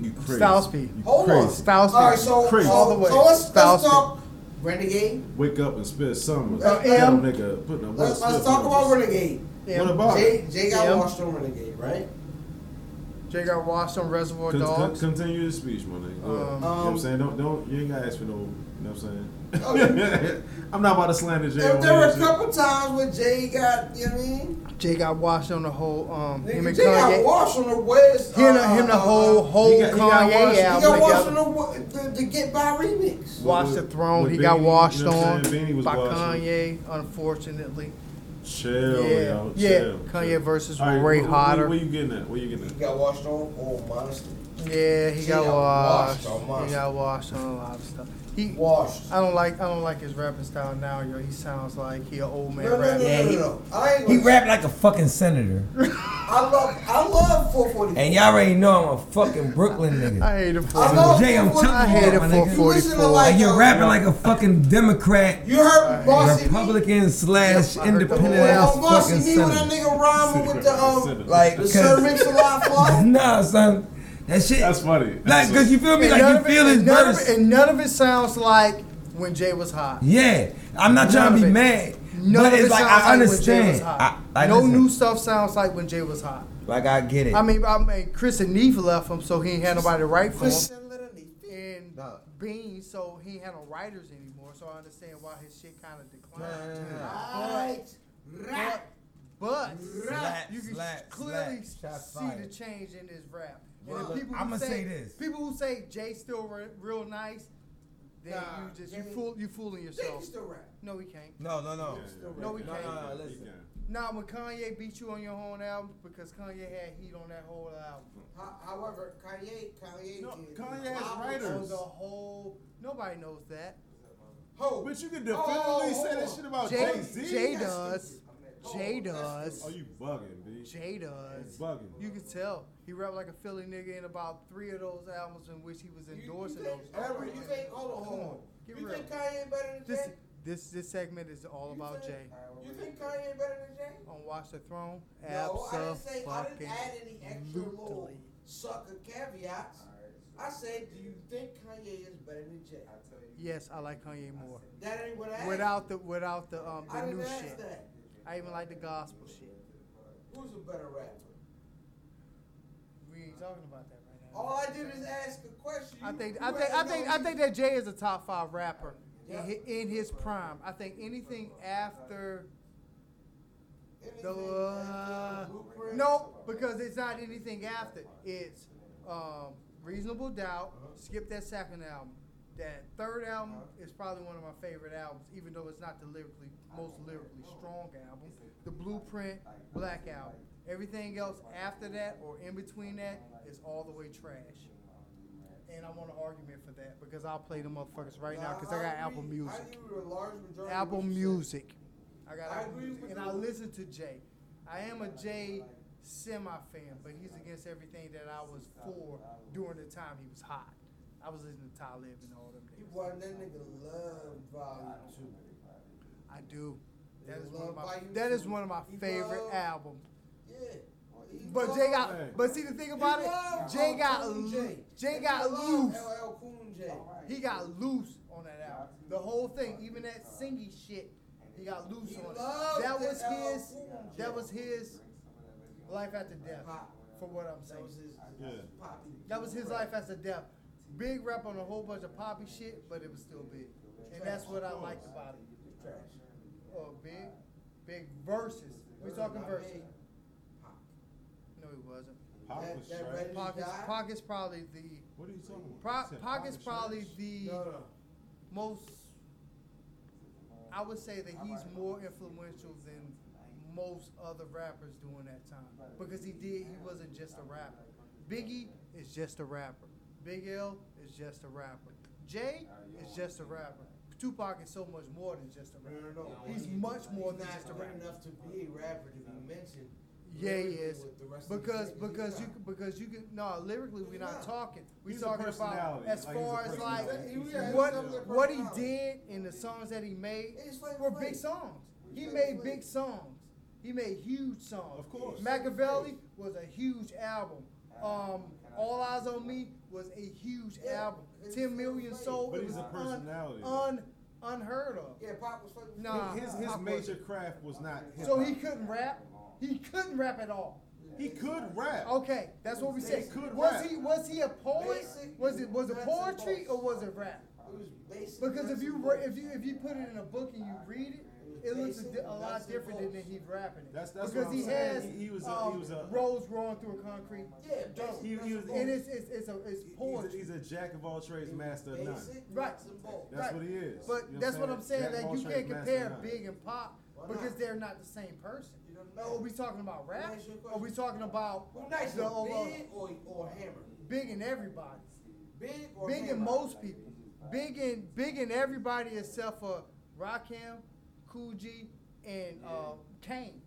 Speaker 4: You crazy?
Speaker 6: Styles P.
Speaker 4: You
Speaker 3: Hold on.
Speaker 4: crazy.
Speaker 6: Styles
Speaker 3: All right,
Speaker 6: P.
Speaker 3: so,
Speaker 4: Crazy.
Speaker 3: so,
Speaker 4: All
Speaker 6: the way.
Speaker 3: so let's,
Speaker 6: Styles
Speaker 3: let's talk Renegade.
Speaker 4: Wake up and spit summers.
Speaker 3: Uh,
Speaker 4: Ghetto
Speaker 6: M.
Speaker 4: nigga putting up Will
Speaker 3: Let's, let's
Speaker 4: Smith
Speaker 3: talk about
Speaker 4: numbers.
Speaker 3: Renegade.
Speaker 6: Yeah.
Speaker 4: What about
Speaker 3: Jay, Jay got
Speaker 6: Yeah.
Speaker 3: washed on Renegade, right?
Speaker 6: Jay got washed on Reservoir
Speaker 4: Con- con-
Speaker 6: Dogs.
Speaker 4: continue your speech, my nigga. Go ahead.
Speaker 6: Um,
Speaker 4: you know what I'm
Speaker 3: Um,
Speaker 4: saying? Don't, don't, you ain't gotta ask for no, you know what I'm saying?
Speaker 3: Okay.
Speaker 4: I'm not about to slander Jay.
Speaker 3: Oh, There,
Speaker 4: on
Speaker 3: there were a
Speaker 4: that shit.
Speaker 3: couple times where Jay got, you know what I mean?
Speaker 6: Jay got washed on the whole um him
Speaker 3: Nigga,
Speaker 6: and
Speaker 3: Jay got
Speaker 6: Kanye.
Speaker 3: washed on the West.
Speaker 6: Him,
Speaker 3: uh,
Speaker 6: the- him the
Speaker 3: uh,
Speaker 6: whole
Speaker 3: uh,
Speaker 6: whole
Speaker 4: got- he got
Speaker 6: Kanye
Speaker 4: washed- he
Speaker 3: He
Speaker 6: album.
Speaker 3: got
Speaker 6: together.
Speaker 3: washed on the, wa- the, the Get By remix.
Speaker 6: Watch
Speaker 4: With-
Speaker 6: the Throne.
Speaker 4: with
Speaker 6: He got
Speaker 4: Beanie,
Speaker 6: washed
Speaker 4: you know what I'm
Speaker 6: on
Speaker 4: saying? Beanie was
Speaker 6: by
Speaker 4: washed.
Speaker 6: Kanye, unfortunately.
Speaker 4: Chill,
Speaker 6: Yeah.
Speaker 4: yo,
Speaker 6: Yeah.
Speaker 4: chill,
Speaker 6: Kanye
Speaker 4: chill.
Speaker 6: versus
Speaker 4: All
Speaker 6: Ray
Speaker 4: wh- wh-
Speaker 6: Hodder.
Speaker 4: Where, you getting at? Where you getting
Speaker 3: He
Speaker 4: at?
Speaker 3: got washed on on Monster.
Speaker 6: Yeah, he
Speaker 3: He
Speaker 6: got,
Speaker 3: got washed
Speaker 6: washed.
Speaker 3: on Monster.
Speaker 6: he got washed on a lot of stuff. He,
Speaker 3: Washed.
Speaker 6: I don't like I don't like his rapping style now, yo. He sounds like he an old man
Speaker 3: No, no, no,
Speaker 6: rapper.
Speaker 3: no,
Speaker 5: Yeah,
Speaker 3: no,
Speaker 5: he-
Speaker 3: no. I ain't
Speaker 5: He
Speaker 3: gonna-
Speaker 5: rapped like a fucking senator,
Speaker 3: I love, I love 440.
Speaker 5: and y'all already know I'm a fucking Brooklyn nigga.
Speaker 6: I hate him for
Speaker 3: I
Speaker 6: it.
Speaker 3: love
Speaker 5: Jay, I'm
Speaker 3: 440.
Speaker 5: telling
Speaker 6: I
Speaker 5: you,
Speaker 6: hate it
Speaker 5: my
Speaker 6: for
Speaker 5: nigga.
Speaker 3: You listen to like
Speaker 6: 44.
Speaker 5: Like
Speaker 3: uh,
Speaker 5: you're rapping like a fucking Democrat,
Speaker 3: You heard Bossy Republican.
Speaker 5: Republican slash
Speaker 6: I heard the
Speaker 5: independent
Speaker 6: whole-
Speaker 5: ass
Speaker 3: Well,
Speaker 5: fucking
Speaker 3: Bossy me when that
Speaker 5: senator.
Speaker 3: nigga rhyming with the um
Speaker 4: Senator.
Speaker 5: Like,
Speaker 3: the Sir Mix a lot flow.
Speaker 5: nah, son, that shit.
Speaker 4: That's funny.
Speaker 5: Like, cause you feel me?
Speaker 6: And
Speaker 5: Like
Speaker 6: none
Speaker 5: you
Speaker 6: of
Speaker 5: feel
Speaker 6: it-
Speaker 5: his
Speaker 6: and none of
Speaker 5: verse.
Speaker 6: it- And none of it sounds like when Jay was hot.
Speaker 5: Yeah, I'm not
Speaker 6: None
Speaker 5: trying to
Speaker 6: of
Speaker 5: be
Speaker 6: it.
Speaker 5: mad,
Speaker 6: None
Speaker 5: but
Speaker 6: of it
Speaker 5: it's like
Speaker 6: sounds
Speaker 5: I
Speaker 6: like when Jay was
Speaker 5: understand. I,
Speaker 6: hot.
Speaker 5: like,
Speaker 6: no
Speaker 5: listen,
Speaker 6: new stuff sounds like when Jay was hot.
Speaker 5: Like I get it.
Speaker 6: I mean, I mean, Chris and Neve left him, so he ain't had nobody to write for him. And
Speaker 5: Nah.
Speaker 6: Bean, so he ain't had no writers anymore. So I understand why his shit kind of declined.
Speaker 5: Nah, nah, nah.
Speaker 3: Right. Rap.
Speaker 6: But
Speaker 5: Slap,
Speaker 6: you can
Speaker 5: slap,
Speaker 6: clearly
Speaker 5: slap. Shots
Speaker 6: see
Speaker 5: fired.
Speaker 6: the change in his rap.
Speaker 5: Well,
Speaker 6: And
Speaker 5: look,
Speaker 6: people who
Speaker 5: I'ma say this.
Speaker 6: People who say Jay's still re- real nice, then
Speaker 3: Nah,
Speaker 6: you just you
Speaker 3: Jay-
Speaker 6: fool you fooling
Speaker 3: They can
Speaker 6: yourself.
Speaker 3: still rap.
Speaker 6: No, he can't.
Speaker 5: no, no, no.
Speaker 6: No, we can't.
Speaker 5: no, no, listen.
Speaker 6: Nah, when Kanye beat you on your own album because Kanye had heat on that whole album.
Speaker 3: Ho- However, Kanye, Kanye,
Speaker 4: No,
Speaker 3: did-
Speaker 4: Kanye has
Speaker 3: Wow.
Speaker 4: writers.
Speaker 6: So the whole nobody knows that.
Speaker 3: Ho,
Speaker 4: But you can
Speaker 3: Oh,
Speaker 4: definitely
Speaker 3: hold
Speaker 4: say that
Speaker 3: on.
Speaker 4: shit about
Speaker 6: Jay,
Speaker 4: Jay-Z.
Speaker 6: Jay
Speaker 4: That's-
Speaker 6: does. Jay
Speaker 4: Oh,
Speaker 6: does.
Speaker 4: you bugging, B.
Speaker 6: Jay does.
Speaker 4: You bugging.
Speaker 6: You can tell he rapped like a Philly nigga in about three of those albums in which he was
Speaker 3: you,
Speaker 6: endorsing
Speaker 3: you think,
Speaker 6: those.
Speaker 3: Every, you think, hold on, hold
Speaker 6: Come
Speaker 3: on.
Speaker 6: on, get
Speaker 3: You
Speaker 6: real.
Speaker 3: think Kanye better than
Speaker 6: This
Speaker 3: Jay?
Speaker 6: this this segment is all
Speaker 3: You
Speaker 6: about Jay.
Speaker 3: think- You think Kanye better than Jay?
Speaker 6: On Watch the Throne,
Speaker 3: No, I didn't say I didn't add any extra little
Speaker 6: absolutely.
Speaker 3: sucker caveats. I said, do you think Kanye is better than Jay?
Speaker 6: Yes, I like Kanye more.
Speaker 3: That ain't what I asked.
Speaker 6: Without the without the um
Speaker 3: I
Speaker 6: the
Speaker 3: didn't
Speaker 6: new
Speaker 3: ask
Speaker 6: shit.
Speaker 3: that.
Speaker 6: I even like the gospel shit.
Speaker 3: Who's a better rapper?
Speaker 6: We ain't talking about that right now.
Speaker 3: All I did is ask a question.
Speaker 6: I
Speaker 3: Oh, You-
Speaker 6: think
Speaker 3: you
Speaker 6: I think I
Speaker 3: had
Speaker 6: think
Speaker 3: no
Speaker 6: I think that Jay is a top five rapper in
Speaker 3: Yeah.
Speaker 6: hi- in his prime. I think anything after
Speaker 3: anything
Speaker 6: the
Speaker 3: after
Speaker 6: uh,
Speaker 3: the blueprint.
Speaker 6: no, because it's not anything after. It's um, reasonable doubt. Skip that second album. that third album is probably one of my favorite albums, even though it's not the lyrically most lyrically strong album. The Blueprint, Black album. Everything else after that or in between that is all the way trash. And I want an argument for that because I'll play the motherfuckers right now because I got Apple
Speaker 3: agree- I
Speaker 6: Music.
Speaker 3: agree with a large majority. of
Speaker 6: Apple
Speaker 3: what you said.
Speaker 6: Music. I got
Speaker 3: I
Speaker 6: Apple
Speaker 3: agree
Speaker 6: Music,
Speaker 3: with
Speaker 6: and
Speaker 3: you.
Speaker 6: I listen to Jay. I am a Jay semi fan, but he's against everything that I was for during the time he was hot. I was listening to Talib and all them
Speaker 3: You
Speaker 6: days.
Speaker 3: boy, that nigga love volume two.
Speaker 6: I do. That is one of my
Speaker 3: Volume
Speaker 6: that is
Speaker 3: two.
Speaker 6: one of my
Speaker 3: He
Speaker 6: favorite
Speaker 3: love-
Speaker 6: albums.
Speaker 3: Yeah. He
Speaker 6: But
Speaker 3: love-
Speaker 6: Jay
Speaker 4: Hey.
Speaker 6: got but see the thing about
Speaker 3: he love
Speaker 6: it, Jay
Speaker 3: LL
Speaker 6: got
Speaker 3: Cool
Speaker 6: loo-
Speaker 3: J.
Speaker 6: Jay
Speaker 3: He
Speaker 6: got
Speaker 3: love
Speaker 6: loose.
Speaker 3: LL Cool J.
Speaker 6: He got loose on that album. The whole thing, even that singy shit, he got loose
Speaker 3: He
Speaker 6: on it.
Speaker 3: loved
Speaker 6: That
Speaker 3: the
Speaker 6: was
Speaker 3: LL
Speaker 6: his.
Speaker 3: Cool J.
Speaker 6: That was his life after death. For what I'm
Speaker 3: That was
Speaker 6: saying,
Speaker 3: his
Speaker 4: Yeah.
Speaker 3: poppy.
Speaker 6: that was his life after death. Big rap on a whole bunch of poppy shit, but it was still big, and that's what I liked about it.
Speaker 3: Trash.
Speaker 6: Oh, big, big verses. We talking verses? No, he wasn't.
Speaker 4: Pac
Speaker 3: That-
Speaker 4: was
Speaker 3: that
Speaker 4: trash.
Speaker 3: red-
Speaker 6: Pockets, Pockets probably the.
Speaker 4: What are you talking about?
Speaker 6: Pro-
Speaker 4: You said
Speaker 6: Pockets
Speaker 4: Pac was
Speaker 6: probably
Speaker 4: trash?
Speaker 6: the.
Speaker 3: No, no.
Speaker 6: most I would say that he's more influential than most other rappers during that time because he did he wasn't just a rapper. Biggie is just a rapper. Big L is just a rapper. Jay is just a rapper. Tupac is so much more than just a
Speaker 3: No,
Speaker 6: rapper.
Speaker 3: no, no.
Speaker 6: He's much more
Speaker 3: He's
Speaker 6: than
Speaker 3: not
Speaker 6: just a
Speaker 3: good
Speaker 6: rapper.
Speaker 3: enough to be a rapper to be mentioned.
Speaker 6: Yeah, he is.
Speaker 3: with the rest of
Speaker 6: Because
Speaker 3: the niggas.
Speaker 6: because
Speaker 3: He's
Speaker 6: you
Speaker 3: not.
Speaker 6: because you can no lyrically we're
Speaker 3: He's
Speaker 6: not
Speaker 3: not.
Speaker 6: talking. We
Speaker 4: He's a
Speaker 6: talking about
Speaker 4: personality.
Speaker 6: as
Speaker 4: Like, he's a
Speaker 6: far as like
Speaker 4: personality.
Speaker 3: He has something
Speaker 6: what
Speaker 3: of
Speaker 6: what he
Speaker 3: personality.
Speaker 6: did and the songs that he made
Speaker 3: It's like
Speaker 6: were
Speaker 3: Flea.
Speaker 6: big songs. He
Speaker 3: like
Speaker 6: made
Speaker 3: Flea.
Speaker 6: big songs. He made huge songs.
Speaker 4: Of course.
Speaker 6: Machiavelli was a huge album.
Speaker 3: Uh,
Speaker 6: Um, All Eyes on Me was a huge
Speaker 3: Yeah,
Speaker 6: album.
Speaker 3: it's
Speaker 6: Ten
Speaker 3: like
Speaker 6: million
Speaker 3: Flea.
Speaker 6: sold.
Speaker 4: But
Speaker 6: it
Speaker 4: he's
Speaker 6: was
Speaker 4: a personality, though.
Speaker 6: Un, un, unheard of.
Speaker 3: Yeah, Pop was fucking.
Speaker 6: Nah.
Speaker 4: His his
Speaker 6: Pac
Speaker 4: major
Speaker 6: wasn't.
Speaker 4: craft was not.
Speaker 6: Uh, So he
Speaker 4: hip-hop.
Speaker 6: couldn't rap. He couldn't rap at all.
Speaker 4: He could rap.
Speaker 6: Okay, that's what we
Speaker 4: They
Speaker 6: said.
Speaker 4: could
Speaker 6: Was
Speaker 4: rap.
Speaker 6: he was he a poet?
Speaker 3: Basic
Speaker 6: Was it was it
Speaker 3: nuts and
Speaker 6: poetry
Speaker 3: bolts.
Speaker 6: or was it rap?
Speaker 3: It was basic.
Speaker 6: Because if you
Speaker 3: principle.
Speaker 6: re- if you if you put it in a book and you read it, it looks a, di- a lot different than if he's rapping it.
Speaker 4: That's- that's
Speaker 6: because
Speaker 4: what I'm
Speaker 6: he
Speaker 4: saying.
Speaker 6: has
Speaker 4: He- he was a- he
Speaker 6: um,
Speaker 4: was a-
Speaker 6: roads rolling through a concrete.
Speaker 3: Yeah,
Speaker 6: jungle.
Speaker 3: basic.
Speaker 4: He- he was-
Speaker 6: and it's it's it's a it's
Speaker 4: He- He's a,
Speaker 6: poetry.
Speaker 4: he's a jack of all trades, master of none.
Speaker 3: Basic.
Speaker 6: Right.
Speaker 3: nuts and bolts.
Speaker 4: That's
Speaker 6: Right.
Speaker 4: what he is.
Speaker 6: But
Speaker 4: You know
Speaker 6: that's what I'm saying.
Speaker 4: Jack of
Speaker 6: That
Speaker 4: all
Speaker 6: you
Speaker 4: trades,
Speaker 6: can't
Speaker 4: master of
Speaker 6: compare
Speaker 4: none.
Speaker 6: Big and Pop
Speaker 3: Why not?
Speaker 6: because they're not the same person.
Speaker 3: You don't
Speaker 6: Now,
Speaker 3: know.
Speaker 6: are we talking about rap?
Speaker 3: Answer your
Speaker 6: Are we
Speaker 3: question.
Speaker 6: talking about
Speaker 3: Who nice?
Speaker 6: the uh, overall-
Speaker 3: Big or or hammer?
Speaker 6: big and everybody?
Speaker 3: Big or
Speaker 6: big
Speaker 3: hammer?
Speaker 6: in most people. Big in big in everybody except for Rakim, Cool G, and uh, Kane,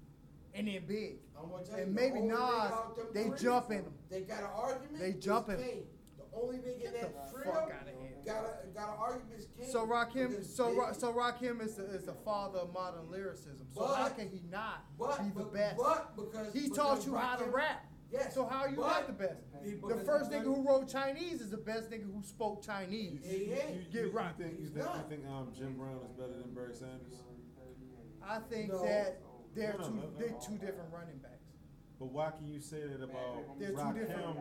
Speaker 6: and then Big.
Speaker 3: I'm gonna tell you,
Speaker 6: And
Speaker 3: the
Speaker 6: maybe
Speaker 3: only nigga out
Speaker 6: Nas,
Speaker 3: them
Speaker 6: they
Speaker 3: three,
Speaker 6: jumping them.
Speaker 3: They got an argument.
Speaker 6: They
Speaker 3: is
Speaker 6: jumping.
Speaker 3: Kane. The only nigga
Speaker 6: the
Speaker 3: that freedom
Speaker 6: fuck outta here.
Speaker 3: got a got an argument is Kane.
Speaker 6: So Rakim,
Speaker 3: Because
Speaker 6: so Ra-
Speaker 3: Big-
Speaker 6: so Rakim is the is the father of modern lyricism. So
Speaker 3: But-
Speaker 6: how can he not
Speaker 3: but-
Speaker 6: be the
Speaker 3: but-
Speaker 6: best?
Speaker 3: but because-
Speaker 6: he
Speaker 3: because
Speaker 6: taught you how to
Speaker 3: Rakim-
Speaker 6: rap.
Speaker 3: Yes,
Speaker 6: So how are you
Speaker 3: but-
Speaker 6: not the best?
Speaker 3: He-
Speaker 6: The
Speaker 3: because
Speaker 6: first
Speaker 3: he-
Speaker 6: nigga who wrote Chinese is the best nigga who spoke Chinese.
Speaker 3: He
Speaker 4: You,
Speaker 3: ain't.
Speaker 4: you- you
Speaker 6: rocked.
Speaker 4: Think, you
Speaker 3: He's
Speaker 4: think, you
Speaker 3: not.
Speaker 4: think um, Jim Brown is better than Barry Sanders?
Speaker 6: I think
Speaker 3: No.
Speaker 6: that they're
Speaker 4: No, no, no,
Speaker 6: two
Speaker 4: no.
Speaker 6: they're two different running backs.
Speaker 4: But why can you say that about
Speaker 6: They're two
Speaker 4: Rakim
Speaker 6: different-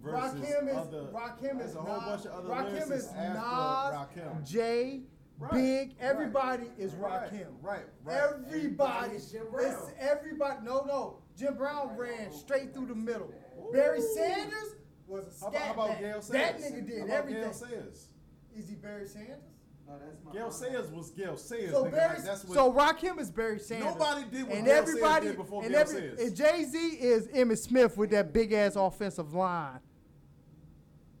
Speaker 4: versus
Speaker 6: Rakim is
Speaker 4: other?
Speaker 6: Rakim
Speaker 4: there's
Speaker 6: is
Speaker 4: a whole
Speaker 6: Nas,
Speaker 4: bunch of other
Speaker 6: Rakim
Speaker 4: lyricists
Speaker 6: is
Speaker 4: after
Speaker 6: Nas,
Speaker 4: Rakim.
Speaker 6: Jay,
Speaker 4: Right,
Speaker 6: Big.
Speaker 4: right,
Speaker 6: Everybody is
Speaker 4: right,
Speaker 6: Rakim.
Speaker 4: right, right.
Speaker 6: Everybody.
Speaker 3: And
Speaker 6: It's
Speaker 3: Jim Brown.
Speaker 6: everybody. No, no. Jim Brown ran straight through the middle. Barry Sanders was a
Speaker 4: How
Speaker 6: scat
Speaker 4: about, how about
Speaker 6: back.
Speaker 4: Gail
Speaker 6: That
Speaker 4: Sayers?
Speaker 6: nigga
Speaker 4: How
Speaker 6: did
Speaker 4: about Gail
Speaker 6: everything.
Speaker 4: Sayers.
Speaker 6: Is he Barry Sanders?
Speaker 4: Gail Sayers was Gail Sayers.
Speaker 6: So
Speaker 4: nigga.
Speaker 6: Barry,
Speaker 4: Like, that's what
Speaker 6: so Rakim is Barry Sanders.
Speaker 4: Nobody did what Gail Sayers did before
Speaker 6: and
Speaker 4: Gail
Speaker 6: every-
Speaker 4: Sayers.
Speaker 6: And Jay Z is Emmitt Smith with that big ass offensive line.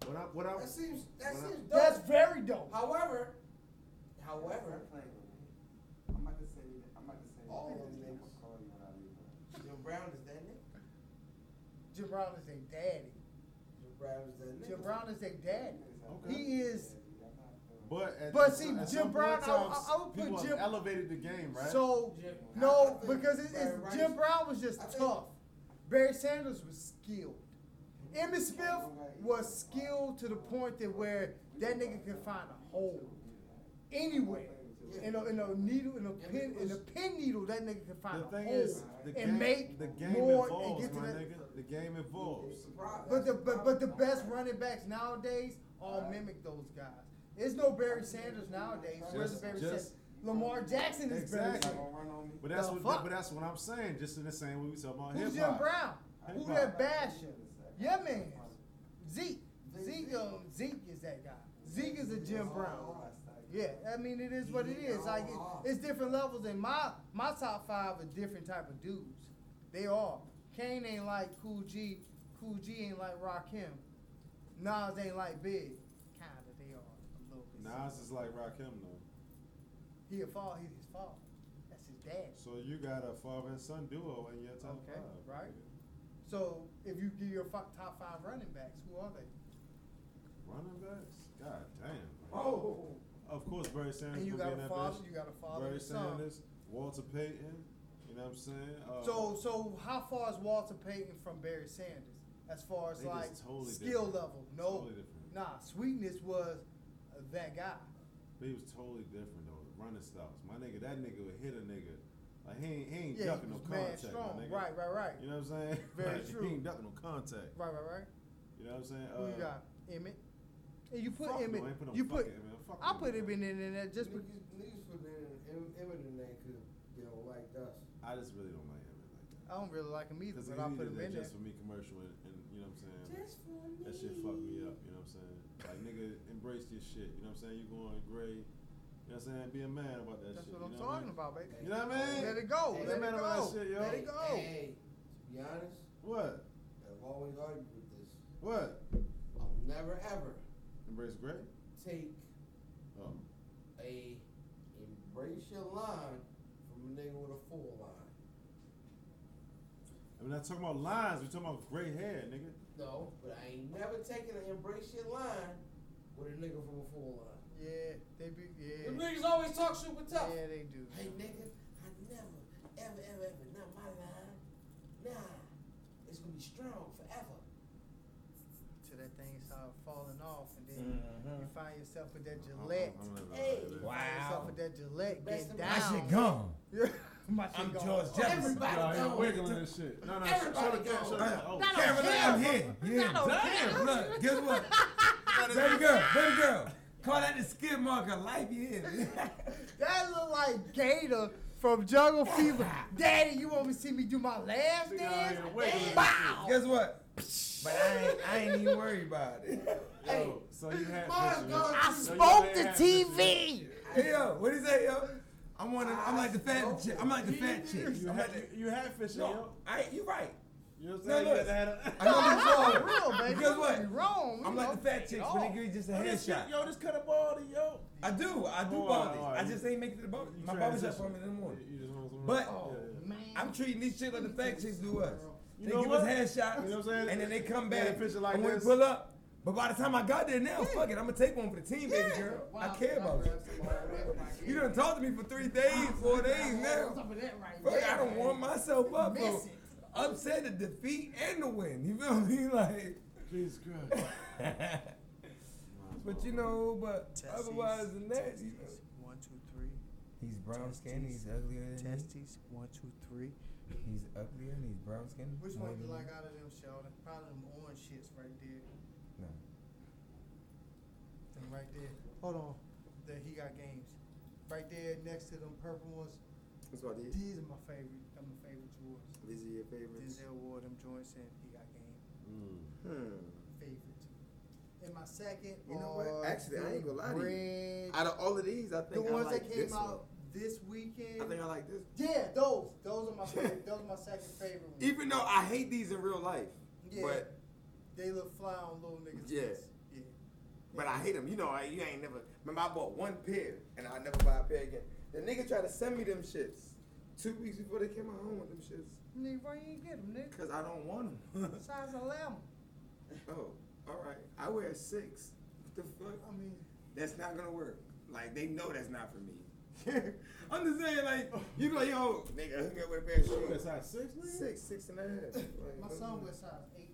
Speaker 4: When I, when I,
Speaker 3: That seems that
Speaker 4: when I-
Speaker 3: seems dope.
Speaker 6: That's very dope.
Speaker 3: however, however,
Speaker 7: I'm about to say, I'm about to say,
Speaker 3: All of
Speaker 7: I'm
Speaker 3: them.
Speaker 7: gonna call you when I leave. bro.
Speaker 3: Jim Brown is that nigga.
Speaker 6: Jim Brown is their daddy.
Speaker 3: Jim Brown is that nigga.
Speaker 6: Jim Brown is their daddy.
Speaker 4: Okay.
Speaker 6: He is.
Speaker 4: But at
Speaker 6: But
Speaker 4: the-
Speaker 6: see,
Speaker 4: at
Speaker 6: Jim
Speaker 4: some point
Speaker 6: Brown,
Speaker 4: in
Speaker 6: I-
Speaker 4: time,
Speaker 6: I- I would put
Speaker 4: people have
Speaker 6: Jim-
Speaker 4: elevated the game, right?
Speaker 6: So
Speaker 3: Jim-
Speaker 6: no,
Speaker 3: I think
Speaker 6: because it,
Speaker 3: Barry
Speaker 6: it's
Speaker 3: Rice-
Speaker 6: Jim Brown was just
Speaker 3: I think-
Speaker 6: tough. Barry Sanders was skilled. Emmitt Smith was skilled to the point that where that nigga could find a hole anywhere. In a, in a needle, in a pin, in a pin needle, that nigga could find
Speaker 4: the
Speaker 6: a
Speaker 4: thing
Speaker 6: hole
Speaker 4: is, the
Speaker 6: Oh, and
Speaker 4: game,
Speaker 6: make
Speaker 4: the game
Speaker 6: more
Speaker 4: evolves,
Speaker 6: and get
Speaker 4: my
Speaker 6: to that.
Speaker 4: nigga. The game evolves.
Speaker 3: Surprise.
Speaker 6: But the but, but the best running backs nowadays all mimic those guys. There's no Barry Sanders nowadays. Where's
Speaker 4: Just-
Speaker 6: the Barry
Speaker 4: just-
Speaker 6: Sanders? Lamar Jackson is Barry
Speaker 4: Exactly.
Speaker 6: Sanders.
Speaker 7: Run on me.
Speaker 4: But that's
Speaker 6: The
Speaker 4: what.
Speaker 6: fuck?
Speaker 4: But that's what I'm saying. Just in the same way we talk about
Speaker 6: Who's
Speaker 4: hip
Speaker 6: Jim
Speaker 4: hop.
Speaker 6: Brown? Who
Speaker 4: Hip-hop.
Speaker 6: that basher? Your man. Zeke. Zeke um, Zeke is that guy. Zeke is a Jim Brown. Yeah, I mean it is what it is. Like it, it's different levels, and my my top five are different type of dudes. They are. Kane ain't like Cool G. Cool G ain't like Rakim. Nas ain't like Big. Kinda, they are a little bit.
Speaker 4: Nas is like Rakim though.
Speaker 6: He a father. He's his father. That's his dad.
Speaker 4: So you got a father and son duo in your top
Speaker 6: Okay,
Speaker 4: five,
Speaker 6: right. So if you give your fi- top five running backs, who are they?
Speaker 4: Running backs, god damn.
Speaker 3: Oh,
Speaker 4: Of course, Barry Sanders.
Speaker 6: And you
Speaker 4: would be
Speaker 6: got
Speaker 4: in
Speaker 6: a
Speaker 4: that
Speaker 6: father-
Speaker 4: bitch.
Speaker 6: you got a father
Speaker 4: Barry
Speaker 6: and a son.
Speaker 4: Sanders, Walter Payton. You know what I'm saying? Uh,
Speaker 6: So so how far is Walter Payton from Barry Sanders as far as
Speaker 4: They just
Speaker 6: like
Speaker 4: totally
Speaker 6: skill
Speaker 4: different.
Speaker 6: level? No,
Speaker 4: Totally different.
Speaker 6: nah. Sweetness was uh, that guy.
Speaker 4: but he was totally different though. Running styles, my nigga. That nigga would hit a nigga. Like he ain't, he ain't
Speaker 6: Yeah,
Speaker 4: ducking no
Speaker 6: he was mad
Speaker 4: contact. my
Speaker 6: strong.
Speaker 4: nigga.
Speaker 6: Right, right, right.
Speaker 4: You know what I'm saying?
Speaker 6: Very
Speaker 4: Like,
Speaker 6: true.
Speaker 4: He ain't ducking no contact.
Speaker 6: Right, right, right.
Speaker 4: You know what I'm saying?
Speaker 6: who
Speaker 4: Uh,
Speaker 6: you got? Emmett. And you put
Speaker 4: fuck no,
Speaker 6: Emmett.
Speaker 4: I ain't put no
Speaker 6: you
Speaker 4: fuck
Speaker 6: put.
Speaker 4: Emmett. Fuck
Speaker 6: I put
Speaker 4: Emmett.
Speaker 6: Emmett in there just because.
Speaker 3: niggas, niggas put in Eminem in there because they don't like us.
Speaker 4: I just really don't like Emmett like that.
Speaker 6: I don't really like him either,
Speaker 4: Because
Speaker 6: but I put him in there.
Speaker 4: just for me commercial and, and you know what I'm saying? Just for me. That shit fucked me up, you know what I'm saying? Like nigga, embrace your shit, you know what I'm saying? You going gray, you know what I'm saying? Be a man about that
Speaker 6: That's
Speaker 4: shit.
Speaker 6: what
Speaker 4: you
Speaker 6: I'm
Speaker 4: know I
Speaker 6: talking
Speaker 4: mean?
Speaker 6: about, baby.
Speaker 4: You know what I mean?
Speaker 6: Let it go.
Speaker 4: Be a
Speaker 6: Let
Speaker 4: man
Speaker 6: it
Speaker 4: about
Speaker 6: go.
Speaker 4: that shit, yo.
Speaker 6: Let it go.
Speaker 3: Hey, to be honest,
Speaker 4: What?
Speaker 3: I've always argued with this.
Speaker 4: What?
Speaker 3: I'll never ever
Speaker 4: Embrace gray?
Speaker 3: take
Speaker 4: Oh.
Speaker 3: a embrace your line from a nigga with a full line.
Speaker 4: I mean, not talking about lines, we talking about gray hair, nigga.
Speaker 3: No, but I ain't never taken an embrace your line with a nigga from a full line.
Speaker 6: Yeah, they be.
Speaker 3: The
Speaker 6: Yeah.
Speaker 3: niggas always talk super tough.
Speaker 6: Yeah, they do.
Speaker 3: Hey nigga, I never, ever, ever, ever, not my line. Nah, it's gonna be strong forever.
Speaker 6: Till that thing start falling off, and then
Speaker 3: Mm-hmm.
Speaker 6: you find yourself with that Gillette.
Speaker 4: I'm not about
Speaker 3: Hey.
Speaker 4: that.
Speaker 6: Find yourself
Speaker 5: Wow.
Speaker 6: with that Gillette.
Speaker 3: Best
Speaker 6: Get
Speaker 3: of-
Speaker 6: down.
Speaker 3: I
Speaker 5: That shit gone.
Speaker 6: My shit
Speaker 5: I'm
Speaker 6: gone.
Speaker 5: George Jefferson.
Speaker 3: Everybody
Speaker 4: Yo, he
Speaker 3: go.
Speaker 4: wiggling and shit. No, no,
Speaker 3: Everybody
Speaker 4: show
Speaker 3: go.
Speaker 4: the camera, show the camera. Oh,
Speaker 5: Caroline, I'm here. Yeah. Damn, look, guess what? baby girl, baby girl. Call that the skid marker. Life you here.
Speaker 6: That look like Gator from Jungle Fever. Daddy, you want me to see me do my last
Speaker 4: Nigga Oh, out here
Speaker 6: dance?
Speaker 4: wiggling and
Speaker 6: Bow!
Speaker 5: guess what? Oh. But I ain't, I ain't even worried about it.
Speaker 4: shit. Yo, Oh, so you had
Speaker 3: My
Speaker 4: pictures.
Speaker 3: God,
Speaker 6: I
Speaker 4: So you
Speaker 6: spoke
Speaker 4: had
Speaker 6: the
Speaker 4: pictures.
Speaker 6: TV.
Speaker 5: Hey yo, what do you say, yo? I'm one. Of, I'm like the fat. Chick. I'm like the fat chick.
Speaker 4: You
Speaker 5: I'm like
Speaker 4: had,
Speaker 5: the,
Speaker 4: you, you had fishing, yo.
Speaker 5: no, I. You right.
Speaker 4: You know what I'm
Speaker 5: No,
Speaker 4: saying?
Speaker 5: look.
Speaker 4: You had to have a-
Speaker 5: I know this
Speaker 6: Real, baby.
Speaker 5: Guess what?
Speaker 6: You Wrong.
Speaker 5: I'm like the fat chicks when they give you just a headshot.
Speaker 4: Yo, just cut a ball to yo.
Speaker 5: I do. I do
Speaker 4: Hold on,
Speaker 5: bodies.
Speaker 4: hold on.
Speaker 5: I just ain't making it to the body. My body's up for me in the morning.
Speaker 4: You just want some-
Speaker 5: But-
Speaker 4: Yeah, yeah.
Speaker 6: Oh, Man.
Speaker 5: I'm treating these chicks like the fat chicks do us. They
Speaker 4: You know
Speaker 5: give
Speaker 4: what?
Speaker 5: us headshots,
Speaker 4: You know what I'm saying?
Speaker 5: and then they come
Speaker 4: Yeah,
Speaker 5: back.
Speaker 4: they picture like
Speaker 5: and when
Speaker 4: this.
Speaker 5: we pull up, but by the time I got there now, fuck it, I'm gonna take one for the team, baby girl. I care about you. You done talked to me for three days, four days now.
Speaker 6: Some of that right
Speaker 5: Fuck,
Speaker 6: there,
Speaker 5: I don't warm
Speaker 6: man.
Speaker 5: myself up
Speaker 6: Miss
Speaker 5: for
Speaker 6: it.
Speaker 5: upset, the defeat, and the win. You feel me? Like,
Speaker 4: Jesus Christ.
Speaker 5: but you know, but
Speaker 6: Testes,
Speaker 5: otherwise than that, you know.
Speaker 6: testes, one, two, three.
Speaker 5: He's brown skinned,
Speaker 6: Testes.
Speaker 5: he's uglier than me.
Speaker 6: Testes, one, two, three.
Speaker 5: He's uglier and he's brown skinned.
Speaker 6: Which one you like out of them, Sheldon? Probably them orange shits right there.
Speaker 5: No.
Speaker 6: Them right there. Hold on. That he got games. Right there next to them purple ones.
Speaker 8: That's what these,
Speaker 6: These are my favorite. I'm my favorite Jordans.
Speaker 8: these are your favorites.
Speaker 6: Denzel wore them joints and he got game
Speaker 4: Mm.
Speaker 8: Hmm.
Speaker 6: favorites. And my second,
Speaker 8: You know what?
Speaker 6: are
Speaker 8: Actually, I ain't gonna lie to you.
Speaker 6: Red-
Speaker 8: Out of all of these, I
Speaker 6: the
Speaker 8: think I
Speaker 6: ones
Speaker 8: like
Speaker 6: that
Speaker 8: this
Speaker 6: came
Speaker 8: one.
Speaker 6: out this weekend.
Speaker 8: I think I like this. one.
Speaker 6: yeah, those. Those are my favorite. those are my second favorite ones.
Speaker 8: Even though I hate these in real life,
Speaker 6: yeah,
Speaker 8: but
Speaker 6: they look fly on little niggas.
Speaker 8: Yeah.
Speaker 6: face. yeah.
Speaker 8: But I hate them. You know, I, you ain't never. Remember, I bought one pair and I never buy a pair again. The nigga tried to send me them shits two weeks before they came out home with them shits
Speaker 6: Nigga, why you ain't get them, nigga?
Speaker 8: because I don't want them.
Speaker 6: Size eleven.
Speaker 8: oh, all right. I wear a six. What the
Speaker 6: I
Speaker 8: fuck?
Speaker 6: mean,
Speaker 8: That's not gonna work. Like they know that's not for me. I'm just saying, like you be like, yo, nigga, hook me up with a pair of
Speaker 4: You got
Speaker 8: shoes.
Speaker 4: size six, nigga?
Speaker 8: Six, six and a half. Like,
Speaker 6: my son wears size eight.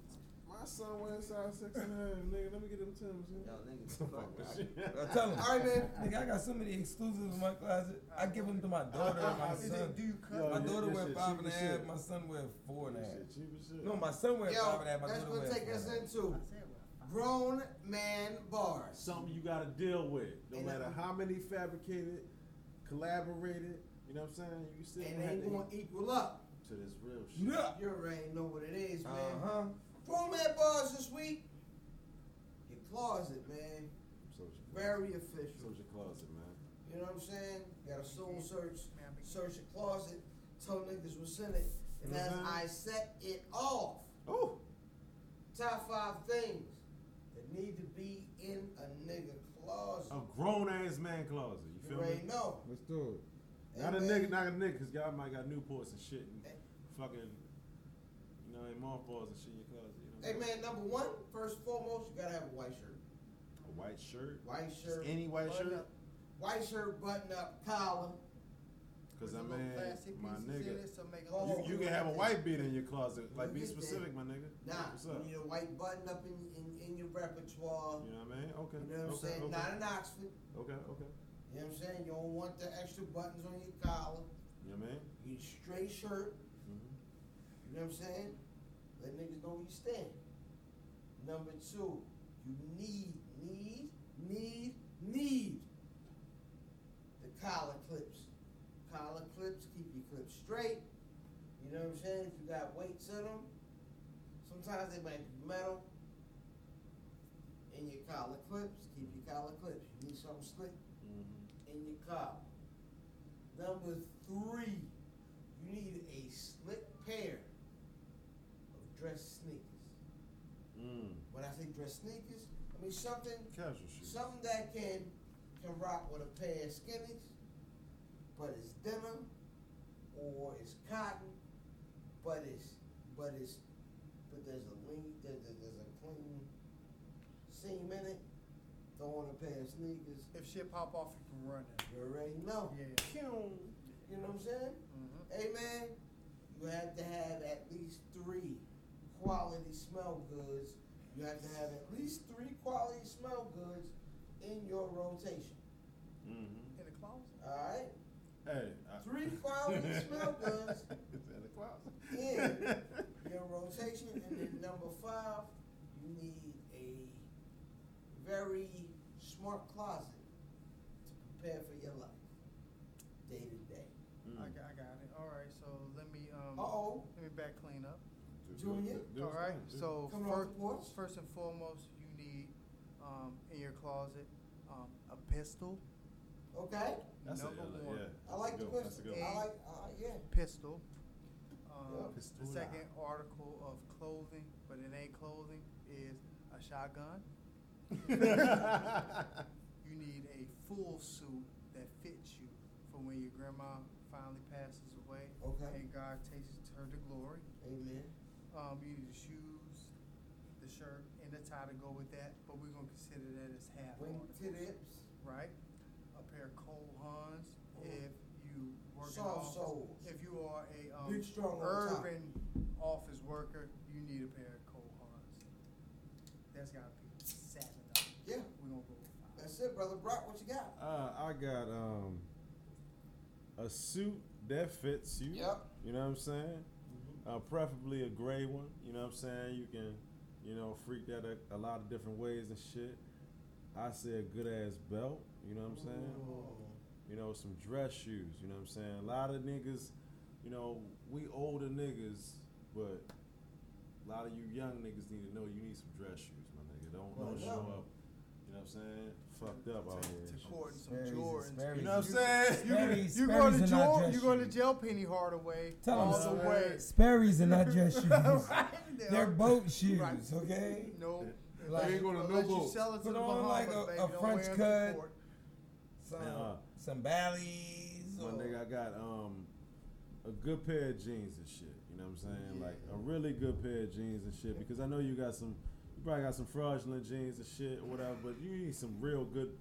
Speaker 4: My son wears size six and a half, nigga. Let me get them Timbs.
Speaker 8: Yo,
Speaker 4: nigga.
Speaker 8: niggas,
Speaker 4: Fuck that shit.
Speaker 5: Now tell him.
Speaker 8: All right, man.
Speaker 5: Nigga, I got so many exclusives in my closet. I give them to my daughter and my
Speaker 6: Is it, do
Speaker 5: son.
Speaker 6: you cut?
Speaker 4: Yo,
Speaker 5: My
Speaker 4: you-
Speaker 5: daughter
Speaker 4: that
Speaker 5: wear
Speaker 4: shit
Speaker 5: five
Speaker 4: cheap
Speaker 5: and a
Speaker 4: as
Speaker 5: half.
Speaker 4: shit.
Speaker 5: My son wear four and a half.
Speaker 4: Shit, cheap as shit.
Speaker 5: No, my son wear five and a half.
Speaker 3: Yo,
Speaker 5: My
Speaker 3: that's
Speaker 5: daughter
Speaker 3: gonna
Speaker 5: wear
Speaker 3: take
Speaker 5: four
Speaker 3: us
Speaker 5: and a half.
Speaker 3: into
Speaker 6: I said what?
Speaker 3: grown man bars.
Speaker 4: Something you gotta deal with. No
Speaker 3: And
Speaker 4: matter
Speaker 3: I-
Speaker 4: how many fabricated, collaborated, you know what I'm saying? You still
Speaker 3: And
Speaker 4: have
Speaker 3: ain't
Speaker 4: to
Speaker 3: gonna equal up.
Speaker 4: eat to this real shit.
Speaker 5: Yeah.
Speaker 3: You already know what it is, man.
Speaker 5: Uh huh.
Speaker 3: Grown man bars this week. Your closet, man.
Speaker 4: So what you
Speaker 3: Very official.
Speaker 4: Search your closet, man.
Speaker 3: You know what I'm saying? Got a soul search, search your closet, tell niggas what's in it, and as
Speaker 4: Mhm.
Speaker 3: I set it off,
Speaker 4: Oh,
Speaker 3: top five things that need to be in a nigga closet.
Speaker 4: a grown ass man closet. You
Speaker 3: You
Speaker 4: Oh, feel
Speaker 3: already
Speaker 4: me?
Speaker 3: know.
Speaker 5: Let's do
Speaker 4: Not a
Speaker 3: And
Speaker 4: nigga,
Speaker 3: then-
Speaker 4: not a nigga, cause y'all might got Newports and shit and
Speaker 3: Hey.
Speaker 4: fucking, you know, and mothballs and shit in your closet. You know what
Speaker 3: Hey
Speaker 4: I'm saying?
Speaker 3: man, number one, first and foremost, you gotta have a white shirt.
Speaker 4: A white shirt.
Speaker 3: White
Speaker 4: Just
Speaker 3: shirt.
Speaker 4: Any white
Speaker 3: button
Speaker 4: shirt.
Speaker 3: up- White shirt, button up, collar.
Speaker 4: Cause I
Speaker 6: With the little plastic
Speaker 4: mean, my
Speaker 6: pieces in it,
Speaker 4: nigga,
Speaker 6: so make it
Speaker 3: Oh,
Speaker 6: look
Speaker 4: you, you can
Speaker 6: real.
Speaker 4: have a white beard in your closet. Like, be
Speaker 3: Look at that.
Speaker 4: specific, my nigga.
Speaker 3: Nah,
Speaker 4: What's
Speaker 3: you
Speaker 4: up?
Speaker 3: need
Speaker 4: You
Speaker 3: a white button up in, in, in your repertoire.
Speaker 4: know what I mean? Okay.
Speaker 3: You know what I'm
Speaker 4: okay,
Speaker 3: saying?
Speaker 4: Okay.
Speaker 3: Not in Oxford.
Speaker 4: okay. Okay.
Speaker 3: You know what I'm saying? You don't want the extra buttons on your collar.
Speaker 4: You know what I mean?
Speaker 3: You need a straight shirt.
Speaker 4: Mm-hmm.
Speaker 3: You know what I'm saying? Let niggas know where you stand. Number two, you need, need, need, need the collar clips. Collar clips, keep your clips straight. You know what I'm saying? If you got weights in them, sometimes they might be metal. In your collar clips, keep your collar clips. You need something slick
Speaker 4: Mm-hmm.
Speaker 3: in your car. Number three, you need a slick pair of dress sneakers.
Speaker 4: Mm.
Speaker 3: When I say dress sneakers, I mean something
Speaker 4: Casual shoes.
Speaker 3: something that can can rock with a pair of skinnies, but it's denim or it's cotton, but it's but it's but there's a lean there's, there's there's a clean seam in it. Throw on a pair of sneakers,
Speaker 6: If shit pop off, you can run it.
Speaker 3: you already know.
Speaker 6: Yeah.
Speaker 3: You know what I'm saying?
Speaker 6: Mhm.
Speaker 3: Hey man, you have to have at least three quality smell goods. You have to have at least three quality smell goods in your rotation.
Speaker 4: Mm-hmm.
Speaker 6: In the closet.
Speaker 3: All right,
Speaker 4: Hey. I-
Speaker 3: Three quality smell goods.
Speaker 4: It's in the closet.
Speaker 3: Yeah. your rotation, and then number five, you need a very smart closet to prepare for your life day to day.
Speaker 6: I,
Speaker 4: Mm.
Speaker 6: got, I got it. All right, so let me um.
Speaker 3: Uh-oh.
Speaker 6: Let me back clean up.
Speaker 4: Do- do-
Speaker 3: Junior?
Speaker 4: do- do
Speaker 6: All
Speaker 4: his
Speaker 6: right.
Speaker 4: thing, do-
Speaker 6: So
Speaker 3: Coming off the porch?
Speaker 6: first, first and foremost, you need um, in your closet um, a pistol.
Speaker 3: Okay,
Speaker 4: That's a-
Speaker 6: number
Speaker 4: yeah,
Speaker 6: one.
Speaker 4: yeah.
Speaker 3: I like the
Speaker 4: That's a good one, that's a
Speaker 3: question.
Speaker 4: good
Speaker 3: I
Speaker 4: one.
Speaker 3: like, uh, yeah.
Speaker 6: Pistol. Um,
Speaker 4: Pistola.
Speaker 6: the second article of clothing, but it ain't clothing, is a shotgun. You need a full suit that fits you for when your grandma finally passes away
Speaker 3: Okay.
Speaker 6: and God takes her to glory.
Speaker 3: Amen.
Speaker 6: Um, you need the shoes, the shirt, and the tie to go with that, but we're gonna consider that as half
Speaker 3: Wing
Speaker 6: articles,
Speaker 3: tips.
Speaker 6: right? A pair of cold huns
Speaker 3: Mhm.
Speaker 6: if you work in
Speaker 3: Soft
Speaker 6: office.
Speaker 3: soles.
Speaker 6: If you are a um,
Speaker 3: Big, strong on top.
Speaker 6: urban office worker, you need a pair of cold huns. That's gotta be seven. Of them.
Speaker 3: Yeah.
Speaker 6: we're gonna go with five.
Speaker 3: That's it, brother Brock. What you got?
Speaker 4: Uh, I got um a suit that fits you.
Speaker 3: Yep. Mm-hmm.
Speaker 4: You know what I'm saying? Uh, preferably a gray one. You know what I'm saying? You can, you know, freak that a, a lot of different ways and shit. I say a good ass belt. You know what I'm saying? You know, some dress shoes. You know what I'm saying? A lot of niggas, you know, we older niggas, but a lot of you young niggas need to know you need some dress shoes, my nigga. Don't
Speaker 3: Well,
Speaker 4: don't
Speaker 3: yeah.
Speaker 4: show up. You know what I'm saying? Fucked up out here. and
Speaker 6: To
Speaker 4: shit.
Speaker 6: court and some
Speaker 5: Sperry's-
Speaker 6: Jordans.
Speaker 5: Sperry's-
Speaker 4: You know what I'm saying? You
Speaker 5: Sperry's-
Speaker 4: can-
Speaker 6: You go to
Speaker 5: Sperry's are not
Speaker 6: jail.
Speaker 5: dress
Speaker 6: You go to
Speaker 5: shoes.
Speaker 6: jail, Penny Hardaway.
Speaker 5: Tell
Speaker 6: all
Speaker 5: them
Speaker 6: the way.
Speaker 5: it. Sperry's are not dress shoes.
Speaker 6: Right there.
Speaker 5: They're boat shoes,
Speaker 6: Right.
Speaker 5: okay?
Speaker 6: No.
Speaker 5: Like-
Speaker 6: Unless you-
Speaker 4: Ain't going to no
Speaker 6: unless you
Speaker 4: boat.
Speaker 6: sell it to
Speaker 5: Put
Speaker 6: the
Speaker 5: on like
Speaker 6: Bahamas,
Speaker 5: a-
Speaker 6: baby,
Speaker 5: a
Speaker 6: don't
Speaker 5: French
Speaker 6: wear it to
Speaker 5: cut.
Speaker 6: court.
Speaker 5: Some
Speaker 4: Uh-uh.
Speaker 5: some valleys.
Speaker 4: My
Speaker 5: or-
Speaker 4: nigga, I got um a good pair of jeans and shit. You know what I'm saying?
Speaker 3: Yeah.
Speaker 4: Like a really good pair of jeans and shit. Because I know you got some, you probably got some fraudulent jeans and shit or whatever. But you need some real good.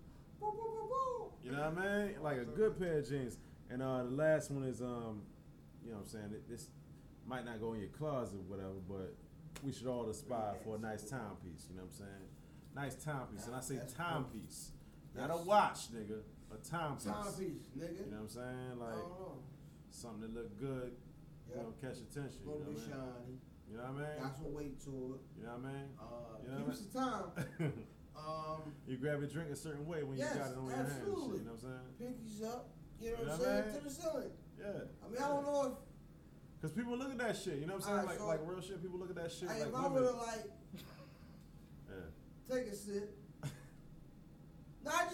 Speaker 4: You know what I mean? Like a good pair of jeans. And uh, the last one is um, you know what I'm saying? It- This might not go in your closet, or whatever. But we should all aspire for a nice timepiece. You know what I'm saying? Nice timepiece, and I say
Speaker 3: That's
Speaker 4: timepiece, not a
Speaker 3: Yes.
Speaker 4: watch, nigga. A timepiece.
Speaker 3: Timepiece, nigga.
Speaker 4: You know what I'm saying?
Speaker 3: I
Speaker 4: Like
Speaker 3: don't know.
Speaker 4: something that look good,
Speaker 3: Yep.
Speaker 4: you know, catch attention.
Speaker 3: It's
Speaker 4: You know,
Speaker 3: gonna be
Speaker 4: what I mean?
Speaker 3: shiny.
Speaker 4: you know what I mean?
Speaker 3: Got some weight to it.
Speaker 4: You know what I mean?
Speaker 3: Uh,
Speaker 4: You know
Speaker 3: give
Speaker 4: what
Speaker 3: us the time.
Speaker 4: I mean?
Speaker 3: Um,
Speaker 4: you grab your drink a certain way when
Speaker 3: Yes,
Speaker 4: you got it on your hand. and shit,
Speaker 3: absolutely.
Speaker 4: You know what I'm saying?
Speaker 3: pinkies up. You know what
Speaker 4: Yeah,
Speaker 3: I'm saying?
Speaker 4: man.
Speaker 3: To the ceiling.
Speaker 4: Yeah.
Speaker 3: I mean, I don't know
Speaker 4: Cause people look at that shit. You know what I'm saying?
Speaker 3: Alright,
Speaker 4: like
Speaker 3: so-
Speaker 4: like real shit. People look at that shit.
Speaker 3: if hey,
Speaker 4: like
Speaker 3: if I
Speaker 4: women.
Speaker 3: were to like
Speaker 4: yeah.
Speaker 3: take a sip. No, I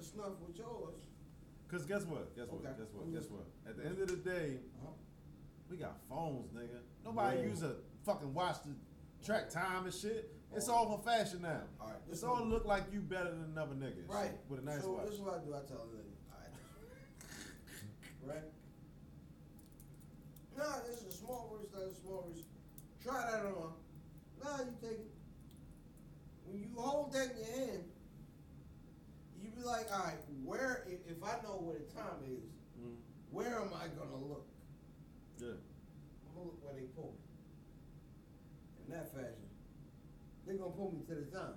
Speaker 3: Smith with yours.
Speaker 4: Cause guess what? Guess what?
Speaker 3: Okay.
Speaker 4: Guess what? Guess what? At the end of the day,
Speaker 3: Uh-huh.
Speaker 4: we got phones, nigga. Nobody use a fucking watch to track time and shit. It's all for fashion now.
Speaker 3: All right.
Speaker 4: It's all look like you better than another nigga. and
Speaker 3: Right.
Speaker 4: shit, With a nice
Speaker 3: so
Speaker 4: watch.
Speaker 3: this is what I do. I tell the lady, all right. right? Nah, this is a small wrist, that's a small wrist. Try that on. Nah, you take it. When you hold that in your hand, you be like, all right, where, if, if I know where the time is,
Speaker 4: Mhm.
Speaker 3: where am I going to look?
Speaker 4: Yeah.
Speaker 3: I'm going to look where they pull me. In that fashion, they're going to pull me to the time.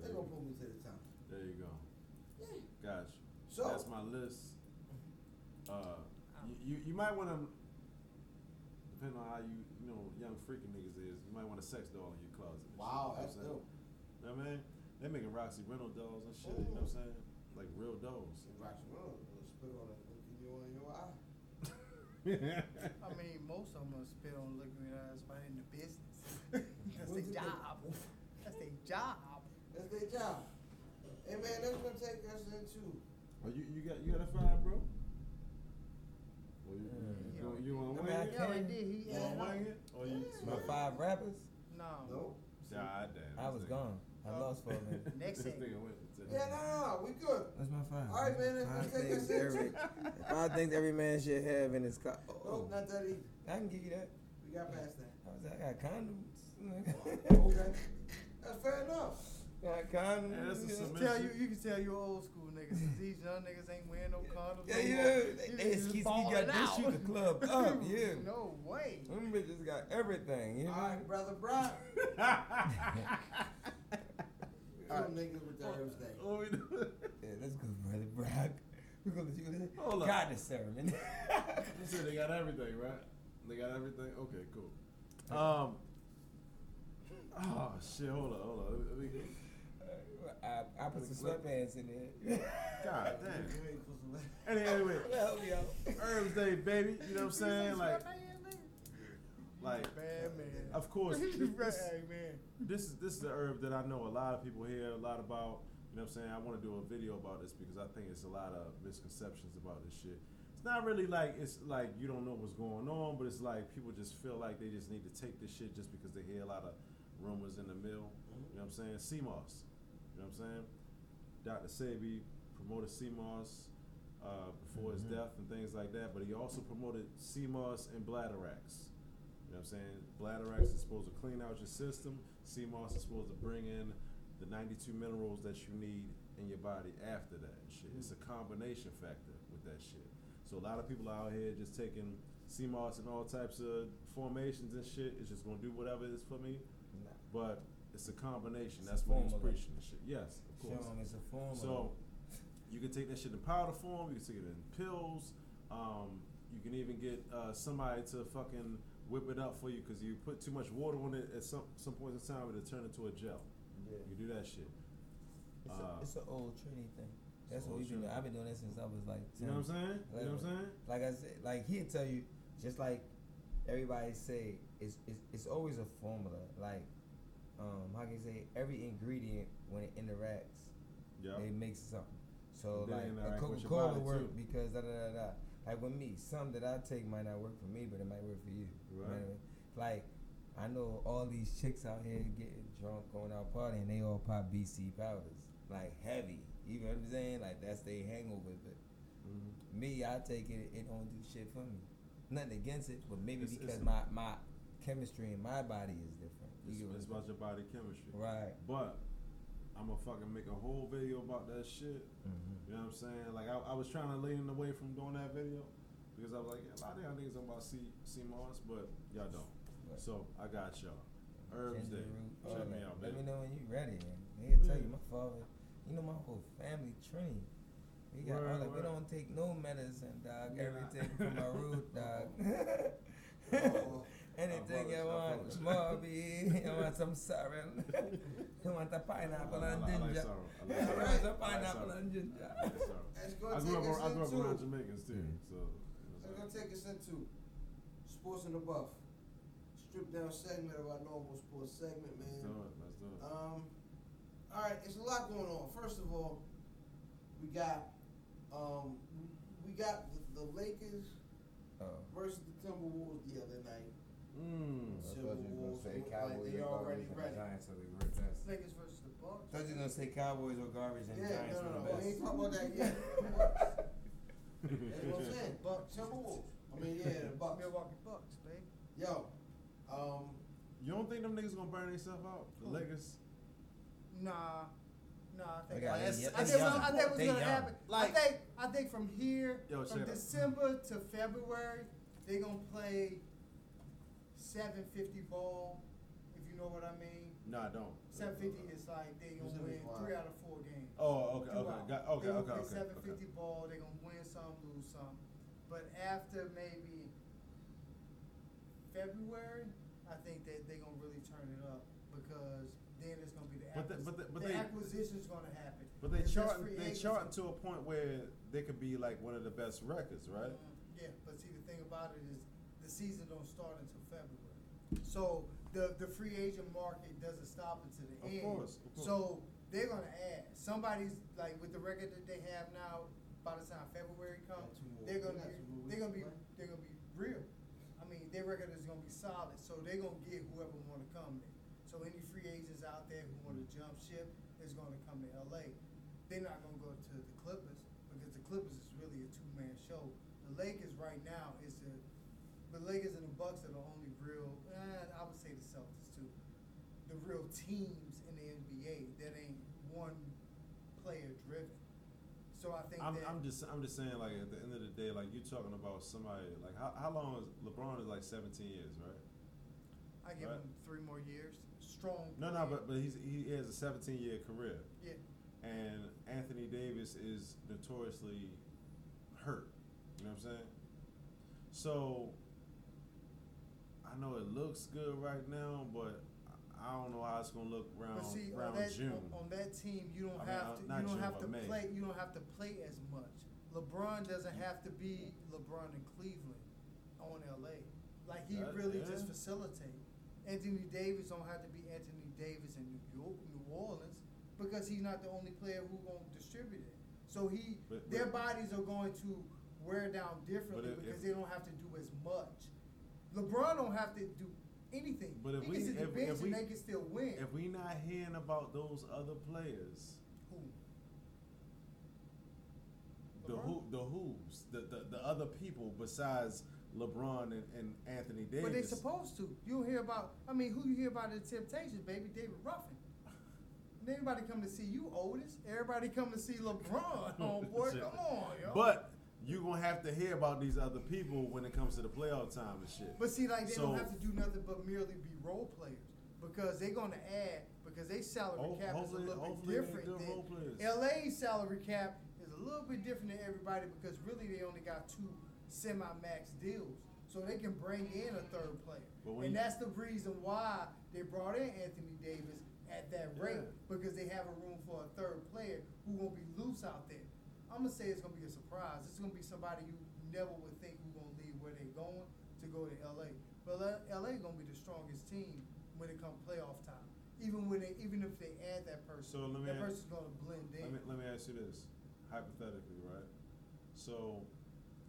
Speaker 3: They're going to pull me to the time.
Speaker 4: There you go.
Speaker 3: Yeah.
Speaker 4: Gotcha.
Speaker 3: So-
Speaker 4: that's my list. Uh, you, you you might want to, depending on how you you know young freaking niggas is, you might want to sex doll in your closet. and
Speaker 3: Wow,
Speaker 4: shit,
Speaker 3: that's
Speaker 4: you know
Speaker 3: dope.
Speaker 4: what I'm saying? You know what I mean? They making Roxy Rental dolls and shit. You know what I'm saying? Like real dolls. Oh,
Speaker 3: Roxy Reynolds will spit on it, look in your, in your eye.
Speaker 6: I mean, most of them are spit on looking at us right in the business. That's their job. That's their job.
Speaker 3: That's their job. And man, that's gonna take us into.
Speaker 4: Oh, you you got you got a five, bro? Well, you,
Speaker 5: Mm.
Speaker 4: you, go- you want to
Speaker 5: I
Speaker 4: wing
Speaker 5: mean, I
Speaker 4: it?
Speaker 6: Yo, it did. He
Speaker 4: You
Speaker 6: yeah,
Speaker 4: want to
Speaker 6: no.
Speaker 4: wing it? Or you
Speaker 5: My five rappers,
Speaker 6: no.
Speaker 3: No.
Speaker 4: God damn.
Speaker 5: I was gone. I lost four minutes.
Speaker 6: Next
Speaker 4: This
Speaker 6: thing.
Speaker 4: nigga went to-
Speaker 3: Yeah, no, no, no, we good.
Speaker 5: That's my five.
Speaker 3: All right, man, let's-
Speaker 5: Five
Speaker 3: let's take
Speaker 5: things
Speaker 3: this
Speaker 5: every, five things every man should have in his car.
Speaker 3: Nope,
Speaker 5: Oh,
Speaker 3: not that either.
Speaker 5: I can give you that.
Speaker 3: We got past that.
Speaker 5: I was like, I got condoms.
Speaker 3: Okay. That's fair enough.
Speaker 5: got condoms.
Speaker 4: Yeah, that's a
Speaker 5: you know.
Speaker 4: cement-
Speaker 6: Tell you, you can tell you old school niggas. 'cause These young niggas ain't wearing no condoms.
Speaker 5: Yeah,
Speaker 6: no
Speaker 5: yeah. They-
Speaker 6: more. These
Speaker 5: they
Speaker 6: niggas
Speaker 5: excuse me,
Speaker 6: balling
Speaker 5: got this
Speaker 6: out.
Speaker 5: shoot the club up, yeah.
Speaker 6: No way.
Speaker 5: Them bitches got everything. You know?
Speaker 3: All right, brother Brock. Some niggas with their arms thing.
Speaker 4: Oh, we do.
Speaker 5: Yeah, let's go, brother Brock. We're gonna let you go to
Speaker 4: Hold up.
Speaker 5: God the sermon.
Speaker 4: You said they got everything, right? They got everything. Okay, cool. Um. Oh shit! Hold on, hold on. Let me-
Speaker 5: I, I put some sweatpants in there.
Speaker 4: God damn.
Speaker 3: You ain't supposed to laugh.
Speaker 4: Any- Anyway,
Speaker 5: Help me out.
Speaker 4: Herb's Day, baby. You know what I'm saying? Like, like.
Speaker 6: Bad man.
Speaker 4: Of course, this,
Speaker 6: Right, man.
Speaker 4: this is this is the herb that I know a lot of people hear a lot about. You know what I'm saying? I want to do a video about this because I think it's a lot of misconceptions about this shit. It's not really like it's like you don't know what's going on, but it's like people just feel like they just need to take this shit just because they hear a lot of rumors in the mill. You know what I'm saying? CMOS. You know what I'm saying? Dr. Sebi promoted CMOS uh, before his death and things like that, but he also promoted CMOS and Bladderax. You know what I'm saying? Bladderax is supposed to clean out your system. CMOS is supposed to bring in the 92 minerals that you need in your body after that and shit. It's a combination factor with that shit. So a lot of people out here just taking CMOS and all types of formations and shit. It's just gonna do whatever it is for me. But it's a combination.
Speaker 5: It's a
Speaker 4: That's what he was
Speaker 5: formula.
Speaker 4: preaching and shit. Yes, of
Speaker 5: Show
Speaker 4: course.
Speaker 5: 'em it's a form. of-
Speaker 4: So you can take that shit in powder form. You can take it in pills. Um, you can even get uh, somebody to fucking whip it up for you because you put too much water on it at some some point in time it'll turn into a gel.
Speaker 5: Yeah.
Speaker 4: You can do that shit.
Speaker 5: It's,
Speaker 4: Uh,
Speaker 5: a, it's an old Trinity thing. That's
Speaker 4: an
Speaker 5: what
Speaker 4: old
Speaker 5: we've been doing.
Speaker 4: Trinity.
Speaker 5: I've been doing that since I was like
Speaker 4: You
Speaker 5: 10.
Speaker 4: know what I'm saying? You know what I'm saying?
Speaker 5: Like I said, like he'll tell you, just like everybody say, it's, it's, it's always a formula. Like, um, how can you say, every ingredient, when it interacts,
Speaker 4: Yeah.
Speaker 5: it makes something. So,
Speaker 4: And then
Speaker 5: like, a
Speaker 4: interact with
Speaker 5: Coca
Speaker 4: your
Speaker 5: Cola
Speaker 4: body,
Speaker 5: work
Speaker 4: too.
Speaker 5: because da da da da. Like, with me, some that I take might not work for me, but it might work for you. You know what I
Speaker 4: Right.
Speaker 5: mean? Like, I know all these chicks out here getting drunk, going out partying, they all pop BC powders, like heavy. You know what I'm saying? Like that's they hangover. But
Speaker 4: Mhm.
Speaker 5: me, I take it, it don't do shit for me. Nothing against it, but maybe
Speaker 4: It's- it's
Speaker 5: because
Speaker 4: the-
Speaker 5: my my chemistry in my body is different. You
Speaker 4: It's,
Speaker 5: get what
Speaker 4: it's
Speaker 5: I'm
Speaker 4: about your body chemistry.
Speaker 5: saying? right.
Speaker 4: But I'm gonna fucking make a whole video about that shit.
Speaker 5: Mm-hmm.
Speaker 4: You know what I'm saying? Like I, I was trying to lean away from doing that video because I was like, yeah, a lot of y'all niggas about C C Mars, but y'all don't.
Speaker 5: Right.
Speaker 4: So I got y'all. Herbs
Speaker 5: Ginger
Speaker 4: Day.
Speaker 5: root, all
Speaker 4: Check me
Speaker 5: that.
Speaker 4: out,
Speaker 5: Oh, Let
Speaker 4: baby.
Speaker 5: me know when you ready. Man. He'll tell you
Speaker 4: Yeah.
Speaker 5: my father. You know my whole family tree. We got
Speaker 4: Word,
Speaker 5: all like we
Speaker 4: word.
Speaker 5: don't take no medicine, dog.
Speaker 4: Yeah.
Speaker 5: Everything from my root, dog.
Speaker 3: Oh,
Speaker 5: Anything
Speaker 4: I
Speaker 5: you want,
Speaker 4: apologize.
Speaker 5: Moby. You want some sorrel? you want a pineapple
Speaker 4: I,
Speaker 5: and
Speaker 4: like- I like
Speaker 5: ginger?
Speaker 4: sorrow. I
Speaker 5: You
Speaker 4: like sorrow.
Speaker 5: want some
Speaker 4: I like
Speaker 5: pineapple
Speaker 4: sorrow.
Speaker 5: and
Speaker 4: I like
Speaker 5: ginger?
Speaker 4: sorrow.
Speaker 3: That's
Speaker 4: I
Speaker 3: gonna take
Speaker 4: grew up, ar- I grew
Speaker 3: us
Speaker 4: up around
Speaker 3: into.
Speaker 4: Jamaicans too, so. you know what
Speaker 3: That's
Speaker 4: I'm
Speaker 3: gonna
Speaker 4: saying?
Speaker 3: take us into sports and the buff. Strip down segment of our normal sports segment, man.
Speaker 6: Uh,
Speaker 4: Let's do it. Let's do it.
Speaker 3: Um, all right, it's a lot going on. First of all, We got um we got the, the Lakers
Speaker 5: Oh.
Speaker 3: versus the Timberwolves the other night.
Speaker 4: Mm.
Speaker 5: Hmm, I thought you
Speaker 3: Timberwolves
Speaker 5: were gonna say
Speaker 3: look
Speaker 5: Cowboys.
Speaker 3: like they
Speaker 5: or
Speaker 3: already
Speaker 5: Cowboys and
Speaker 3: ready.
Speaker 5: Giants, so they were best.
Speaker 6: Lakers versus the Bucks.
Speaker 5: Thought you were gonna say Cowboys or garbage and
Speaker 3: Yeah,
Speaker 5: Giants
Speaker 3: no, no,
Speaker 5: were
Speaker 3: no. We ain't
Speaker 5: the
Speaker 3: talking about that yet. That's what I'm saying. Buck Timberwolves. I mean, yeah, the Bucks.
Speaker 6: Milwaukee Bucks, baby.
Speaker 3: Yo, um,
Speaker 4: You don't think them niggas gonna burn themselves out? The Lakers.
Speaker 6: Nah, nah. I think
Speaker 5: got-
Speaker 6: I
Speaker 5: they
Speaker 6: think
Speaker 5: young.
Speaker 6: what's
Speaker 5: They young.
Speaker 6: I think what's
Speaker 5: They
Speaker 6: gonna
Speaker 5: young.
Speaker 6: happen. I
Speaker 2: Like-
Speaker 6: think I think from here
Speaker 4: Yo, shut
Speaker 6: from
Speaker 4: up.
Speaker 6: December to February, they gonna play seven fifty ball. If you know what I mean.
Speaker 4: No, I don't.
Speaker 6: Seven fifty is like they gonna
Speaker 3: Pacific
Speaker 6: win
Speaker 3: wide.
Speaker 6: three out of four games.
Speaker 4: Oh, okay,
Speaker 6: Throughout.
Speaker 4: okay, got, okay,
Speaker 6: they
Speaker 4: okay, okay.
Speaker 6: gonna Seven fifty
Speaker 4: okay.
Speaker 6: ball. They gonna win some, lose some. But after maybe February, I think that they gonna really turn it up because then it's gonna be the
Speaker 4: But the- but the- but they-
Speaker 6: acquisition's gonna happen.
Speaker 4: But they
Speaker 6: It's just
Speaker 4: charting,
Speaker 6: free
Speaker 4: they
Speaker 6: agency.
Speaker 4: charting to a point where they could be like one of the best records, right?
Speaker 6: Mhm. Yeah, but see the thing about it is the season don't start until February. So the the free agent market doesn't stop until the
Speaker 4: Of
Speaker 6: end.
Speaker 4: course, of course.
Speaker 6: So they're gonna add somebody's like with the record that they have now. By the time February comes,
Speaker 3: Got two more-
Speaker 6: they're gonna
Speaker 3: got
Speaker 6: be,
Speaker 3: two more
Speaker 6: they're gonna be
Speaker 3: weeks, right?
Speaker 6: they're gonna be real. I mean, their record is gonna be solid, so they're gonna get whoever want to come there. So any free agents out there who want to jump ship is gonna come to L.A. They're not gonna go to the Clippers because the Clippers is really a two-man show. The Lakers right now is the the Lakers and the Bucks are the only real. eh, I would say the Celtics too. The real teams in the NBA that ain't one player driven. So I think
Speaker 4: I'm,
Speaker 6: that
Speaker 4: I'm just, I'm just saying, like at the end of the day, like you're talking about somebody, like how, how long is LeBron is like 17 years, right?
Speaker 6: I give
Speaker 4: Right.
Speaker 6: him three more years. Strong.
Speaker 4: No, no, but but he's he has a 17 year career,
Speaker 6: yeah,
Speaker 4: and Anthony Davis is notoriously hurt. You know what I'm saying? So I know it looks good right now, but I- I don't know how it's gonna look round
Speaker 6: but see on
Speaker 4: round
Speaker 6: that
Speaker 4: June.
Speaker 6: On, on that team, you don't
Speaker 4: I mean, uh,
Speaker 6: have to.
Speaker 4: not
Speaker 6: You don't
Speaker 4: June,
Speaker 6: have
Speaker 4: but
Speaker 6: to
Speaker 4: May.
Speaker 6: play. You don't have to play as much. LeBron doesn't have to be LeBron in Cleveland, on LA. Like he
Speaker 4: That-
Speaker 6: really
Speaker 4: yeah.
Speaker 6: just facilitate. Anthony Davis don't have to be Anthony Davis in New York, New Orleans, because he's not the only player who gonna distribute it. So he,
Speaker 4: But-
Speaker 6: their
Speaker 4: but-
Speaker 6: bodies are going to wear down differently
Speaker 4: if-
Speaker 6: because
Speaker 4: if-
Speaker 6: they don't have to do as much. LeBron don't have to do anything.
Speaker 4: But if
Speaker 6: he
Speaker 4: we-
Speaker 6: can sit the
Speaker 4: if-
Speaker 6: bench
Speaker 4: if we-
Speaker 6: and they can still win.
Speaker 4: If we not hearing about those other players,
Speaker 6: Who? Uh-huh.
Speaker 4: the who, the who's, the, the the other people besides LeBron and, and Anthony Davis.
Speaker 6: But they supposed to. You hear about? I mean, who you hear about in the Temptations, baby? David Ruffin. And Everybody come to see you, Otis. Everybody come to see LeBron, homeboy. Come on, yo.
Speaker 4: But you gonna have to hear about these other people when it comes to the playoff time and shit.
Speaker 6: But see, like they
Speaker 4: So-
Speaker 6: don't have to do nothing but merely be role players because they're going to add because they salary
Speaker 4: Ho-
Speaker 6: cap is a
Speaker 4: hopefully-
Speaker 6: little bit
Speaker 4: hopefully they're
Speaker 6: different.
Speaker 4: good role
Speaker 6: Than
Speaker 4: players.
Speaker 6: LA's salary cap is a little bit different than everybody because really they only got two semi-max deals, so they can bring in a third player,
Speaker 4: But when
Speaker 6: and
Speaker 4: you-
Speaker 6: that's the reason why they brought in Anthony Davis at that rate
Speaker 4: Yeah.
Speaker 6: because they have a room for a third player who won't be loose out there. I'm gonna say it's gonna be a surprise. It's gonna be somebody you never would think who gonna leave where they going to go to LA. But L- LA gonna be the strongest team when it comes playoff time. Even when they, even if they add that person,
Speaker 4: So let me
Speaker 6: that
Speaker 4: ask-
Speaker 6: person's gonna blend in.
Speaker 4: let me let me ask you this, hypothetically, right? So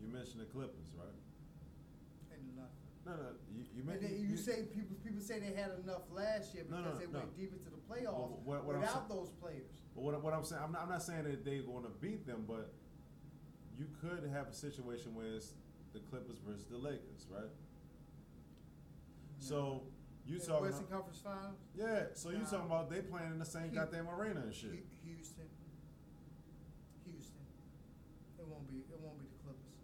Speaker 4: you mentioned the Clippers, right?
Speaker 6: and enough.
Speaker 4: No, no, you you
Speaker 6: And
Speaker 4: mentioned
Speaker 6: then you say people people say they had enough last year
Speaker 4: No, no,
Speaker 6: because they
Speaker 4: no.
Speaker 6: went deep into the playoffs
Speaker 4: Well, what- what I'm saying-
Speaker 6: without those players.
Speaker 4: But what, what I'm saying, I'm not, I'm not saying that they're going to beat them, but you could have a situation where it's the Clippers versus the Lakers, right? So you
Speaker 6: In the
Speaker 4: talking,
Speaker 6: Western Conference Finals,
Speaker 4: yeah. So you
Speaker 6: Nah.
Speaker 4: talking about they playing in the same
Speaker 6: He-
Speaker 4: goddamn arena and shit?
Speaker 6: Hu- Houston, Houston. It won't be. It won't be the Clippers.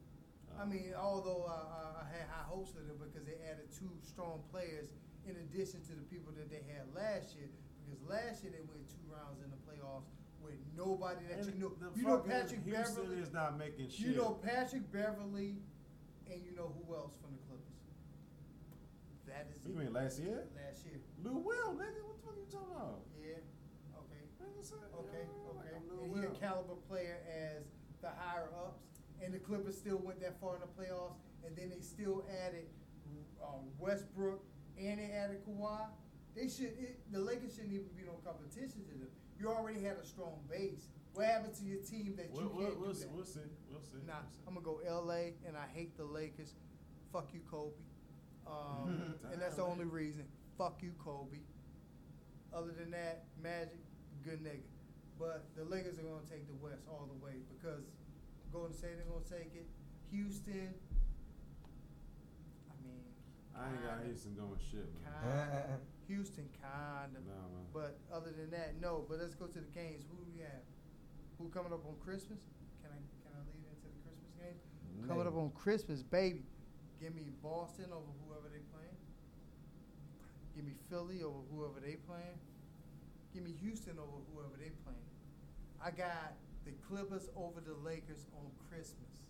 Speaker 6: I
Speaker 4: Uh,
Speaker 6: mean, although I, I, I had high hopes for them because they added two strong players in addition to the people that they had last year. Because last year they went two rounds in the playoffs with nobody that you
Speaker 4: and
Speaker 6: knew.
Speaker 4: the
Speaker 6: You know
Speaker 4: fucking
Speaker 6: Patrick
Speaker 4: Houston
Speaker 6: Beverly.
Speaker 4: is not making shit.
Speaker 6: You know Patrick Beverly, and you know who else from the Clippers? That is
Speaker 4: you
Speaker 6: it.
Speaker 4: mean last year?
Speaker 6: last year.
Speaker 4: Lou Will, nigga, what the fuck you talking about?
Speaker 6: Yeah. Okay.
Speaker 4: Nigga said,
Speaker 6: Okay,
Speaker 4: yeah, like,
Speaker 6: okay.
Speaker 4: I'm Lou
Speaker 6: And he a
Speaker 4: Will.
Speaker 6: caliber player as the higher ups, and the Clippers still went that far in the playoffs, and then they still added uh, Westbrook and they added Kawhi. They should. It, the Lakers shouldn't even be no competition to them. You already had a strong base What happened to your team that
Speaker 4: We'll,
Speaker 6: you
Speaker 4: we'll,
Speaker 6: can't
Speaker 4: we'll,
Speaker 6: do that?
Speaker 4: we'll see. We'll see.
Speaker 6: Nah,
Speaker 4: We'll see.
Speaker 6: I'm gonna go L.A. and I hate the Lakers. Fuck you, Kobe. Um, and that's the only reason. Fuck you, Kobe. Other than that, Magic, good nigga. But the Lakers are gonna take the West all the way because Golden State are gonna take it. Houston. I mean,
Speaker 4: I ain't got Houston doing shit, man.
Speaker 6: Kind Houston, kind of.
Speaker 4: Nah, man.
Speaker 6: But other than that, no. But let's go to the games. Who do we have? Who coming up on Christmas? Can I can I lead into the Christmas games?
Speaker 4: Mm.
Speaker 6: Coming up on Christmas, baby. Give me Boston over whoever they playing. Give me Philly over whoever they playing. Give me Houston over whoever they playing. I got the Clippers over the Lakers on Christmas.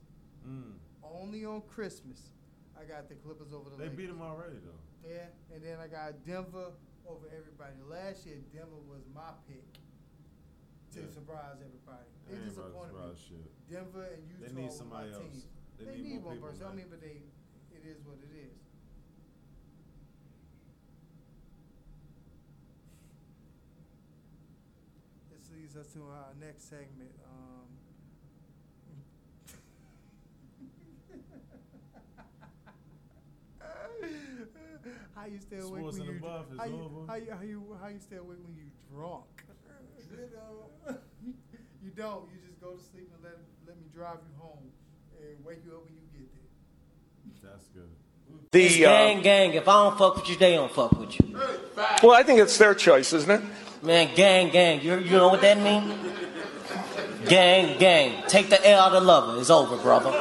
Speaker 4: Mm.
Speaker 6: Only on Christmas, I got the Clippers over the
Speaker 4: They
Speaker 6: Lakers.
Speaker 4: beat him already, though.
Speaker 6: Yeah, and then I got Denver over everybody. Last year, Denver was my pick
Speaker 4: Yeah.
Speaker 6: to surprise everybody. They
Speaker 4: Ain't about
Speaker 6: disappointed
Speaker 4: surprise
Speaker 6: me.
Speaker 4: shit.
Speaker 6: Denver and Utah.
Speaker 4: They
Speaker 6: were
Speaker 4: need somebody
Speaker 6: my
Speaker 4: else.
Speaker 6: teams.
Speaker 4: They,
Speaker 6: They, need,
Speaker 4: more
Speaker 6: one
Speaker 4: people,
Speaker 6: person. I
Speaker 4: man.
Speaker 6: mean, but they, it is what it is. This leads us to our next segment. Um, how you stay awake
Speaker 4: Sports
Speaker 6: when
Speaker 4: and
Speaker 6: you
Speaker 4: above is
Speaker 6: how you,
Speaker 4: over.
Speaker 6: how you how you how you stay awake when you drunk?
Speaker 3: Driddle.
Speaker 6: you don't. You just go to sleep and let let me drive you home and wake you up when you get there.
Speaker 4: That's good.
Speaker 9: It's gang, gang. If I don't fuck with you, they don't fuck with you.
Speaker 10: uh, Well, I think it's their choice, isn't it?
Speaker 9: Man, gang, gang. You, you know what that means? Gang, gang. Take the L out of lover. It's over, brother.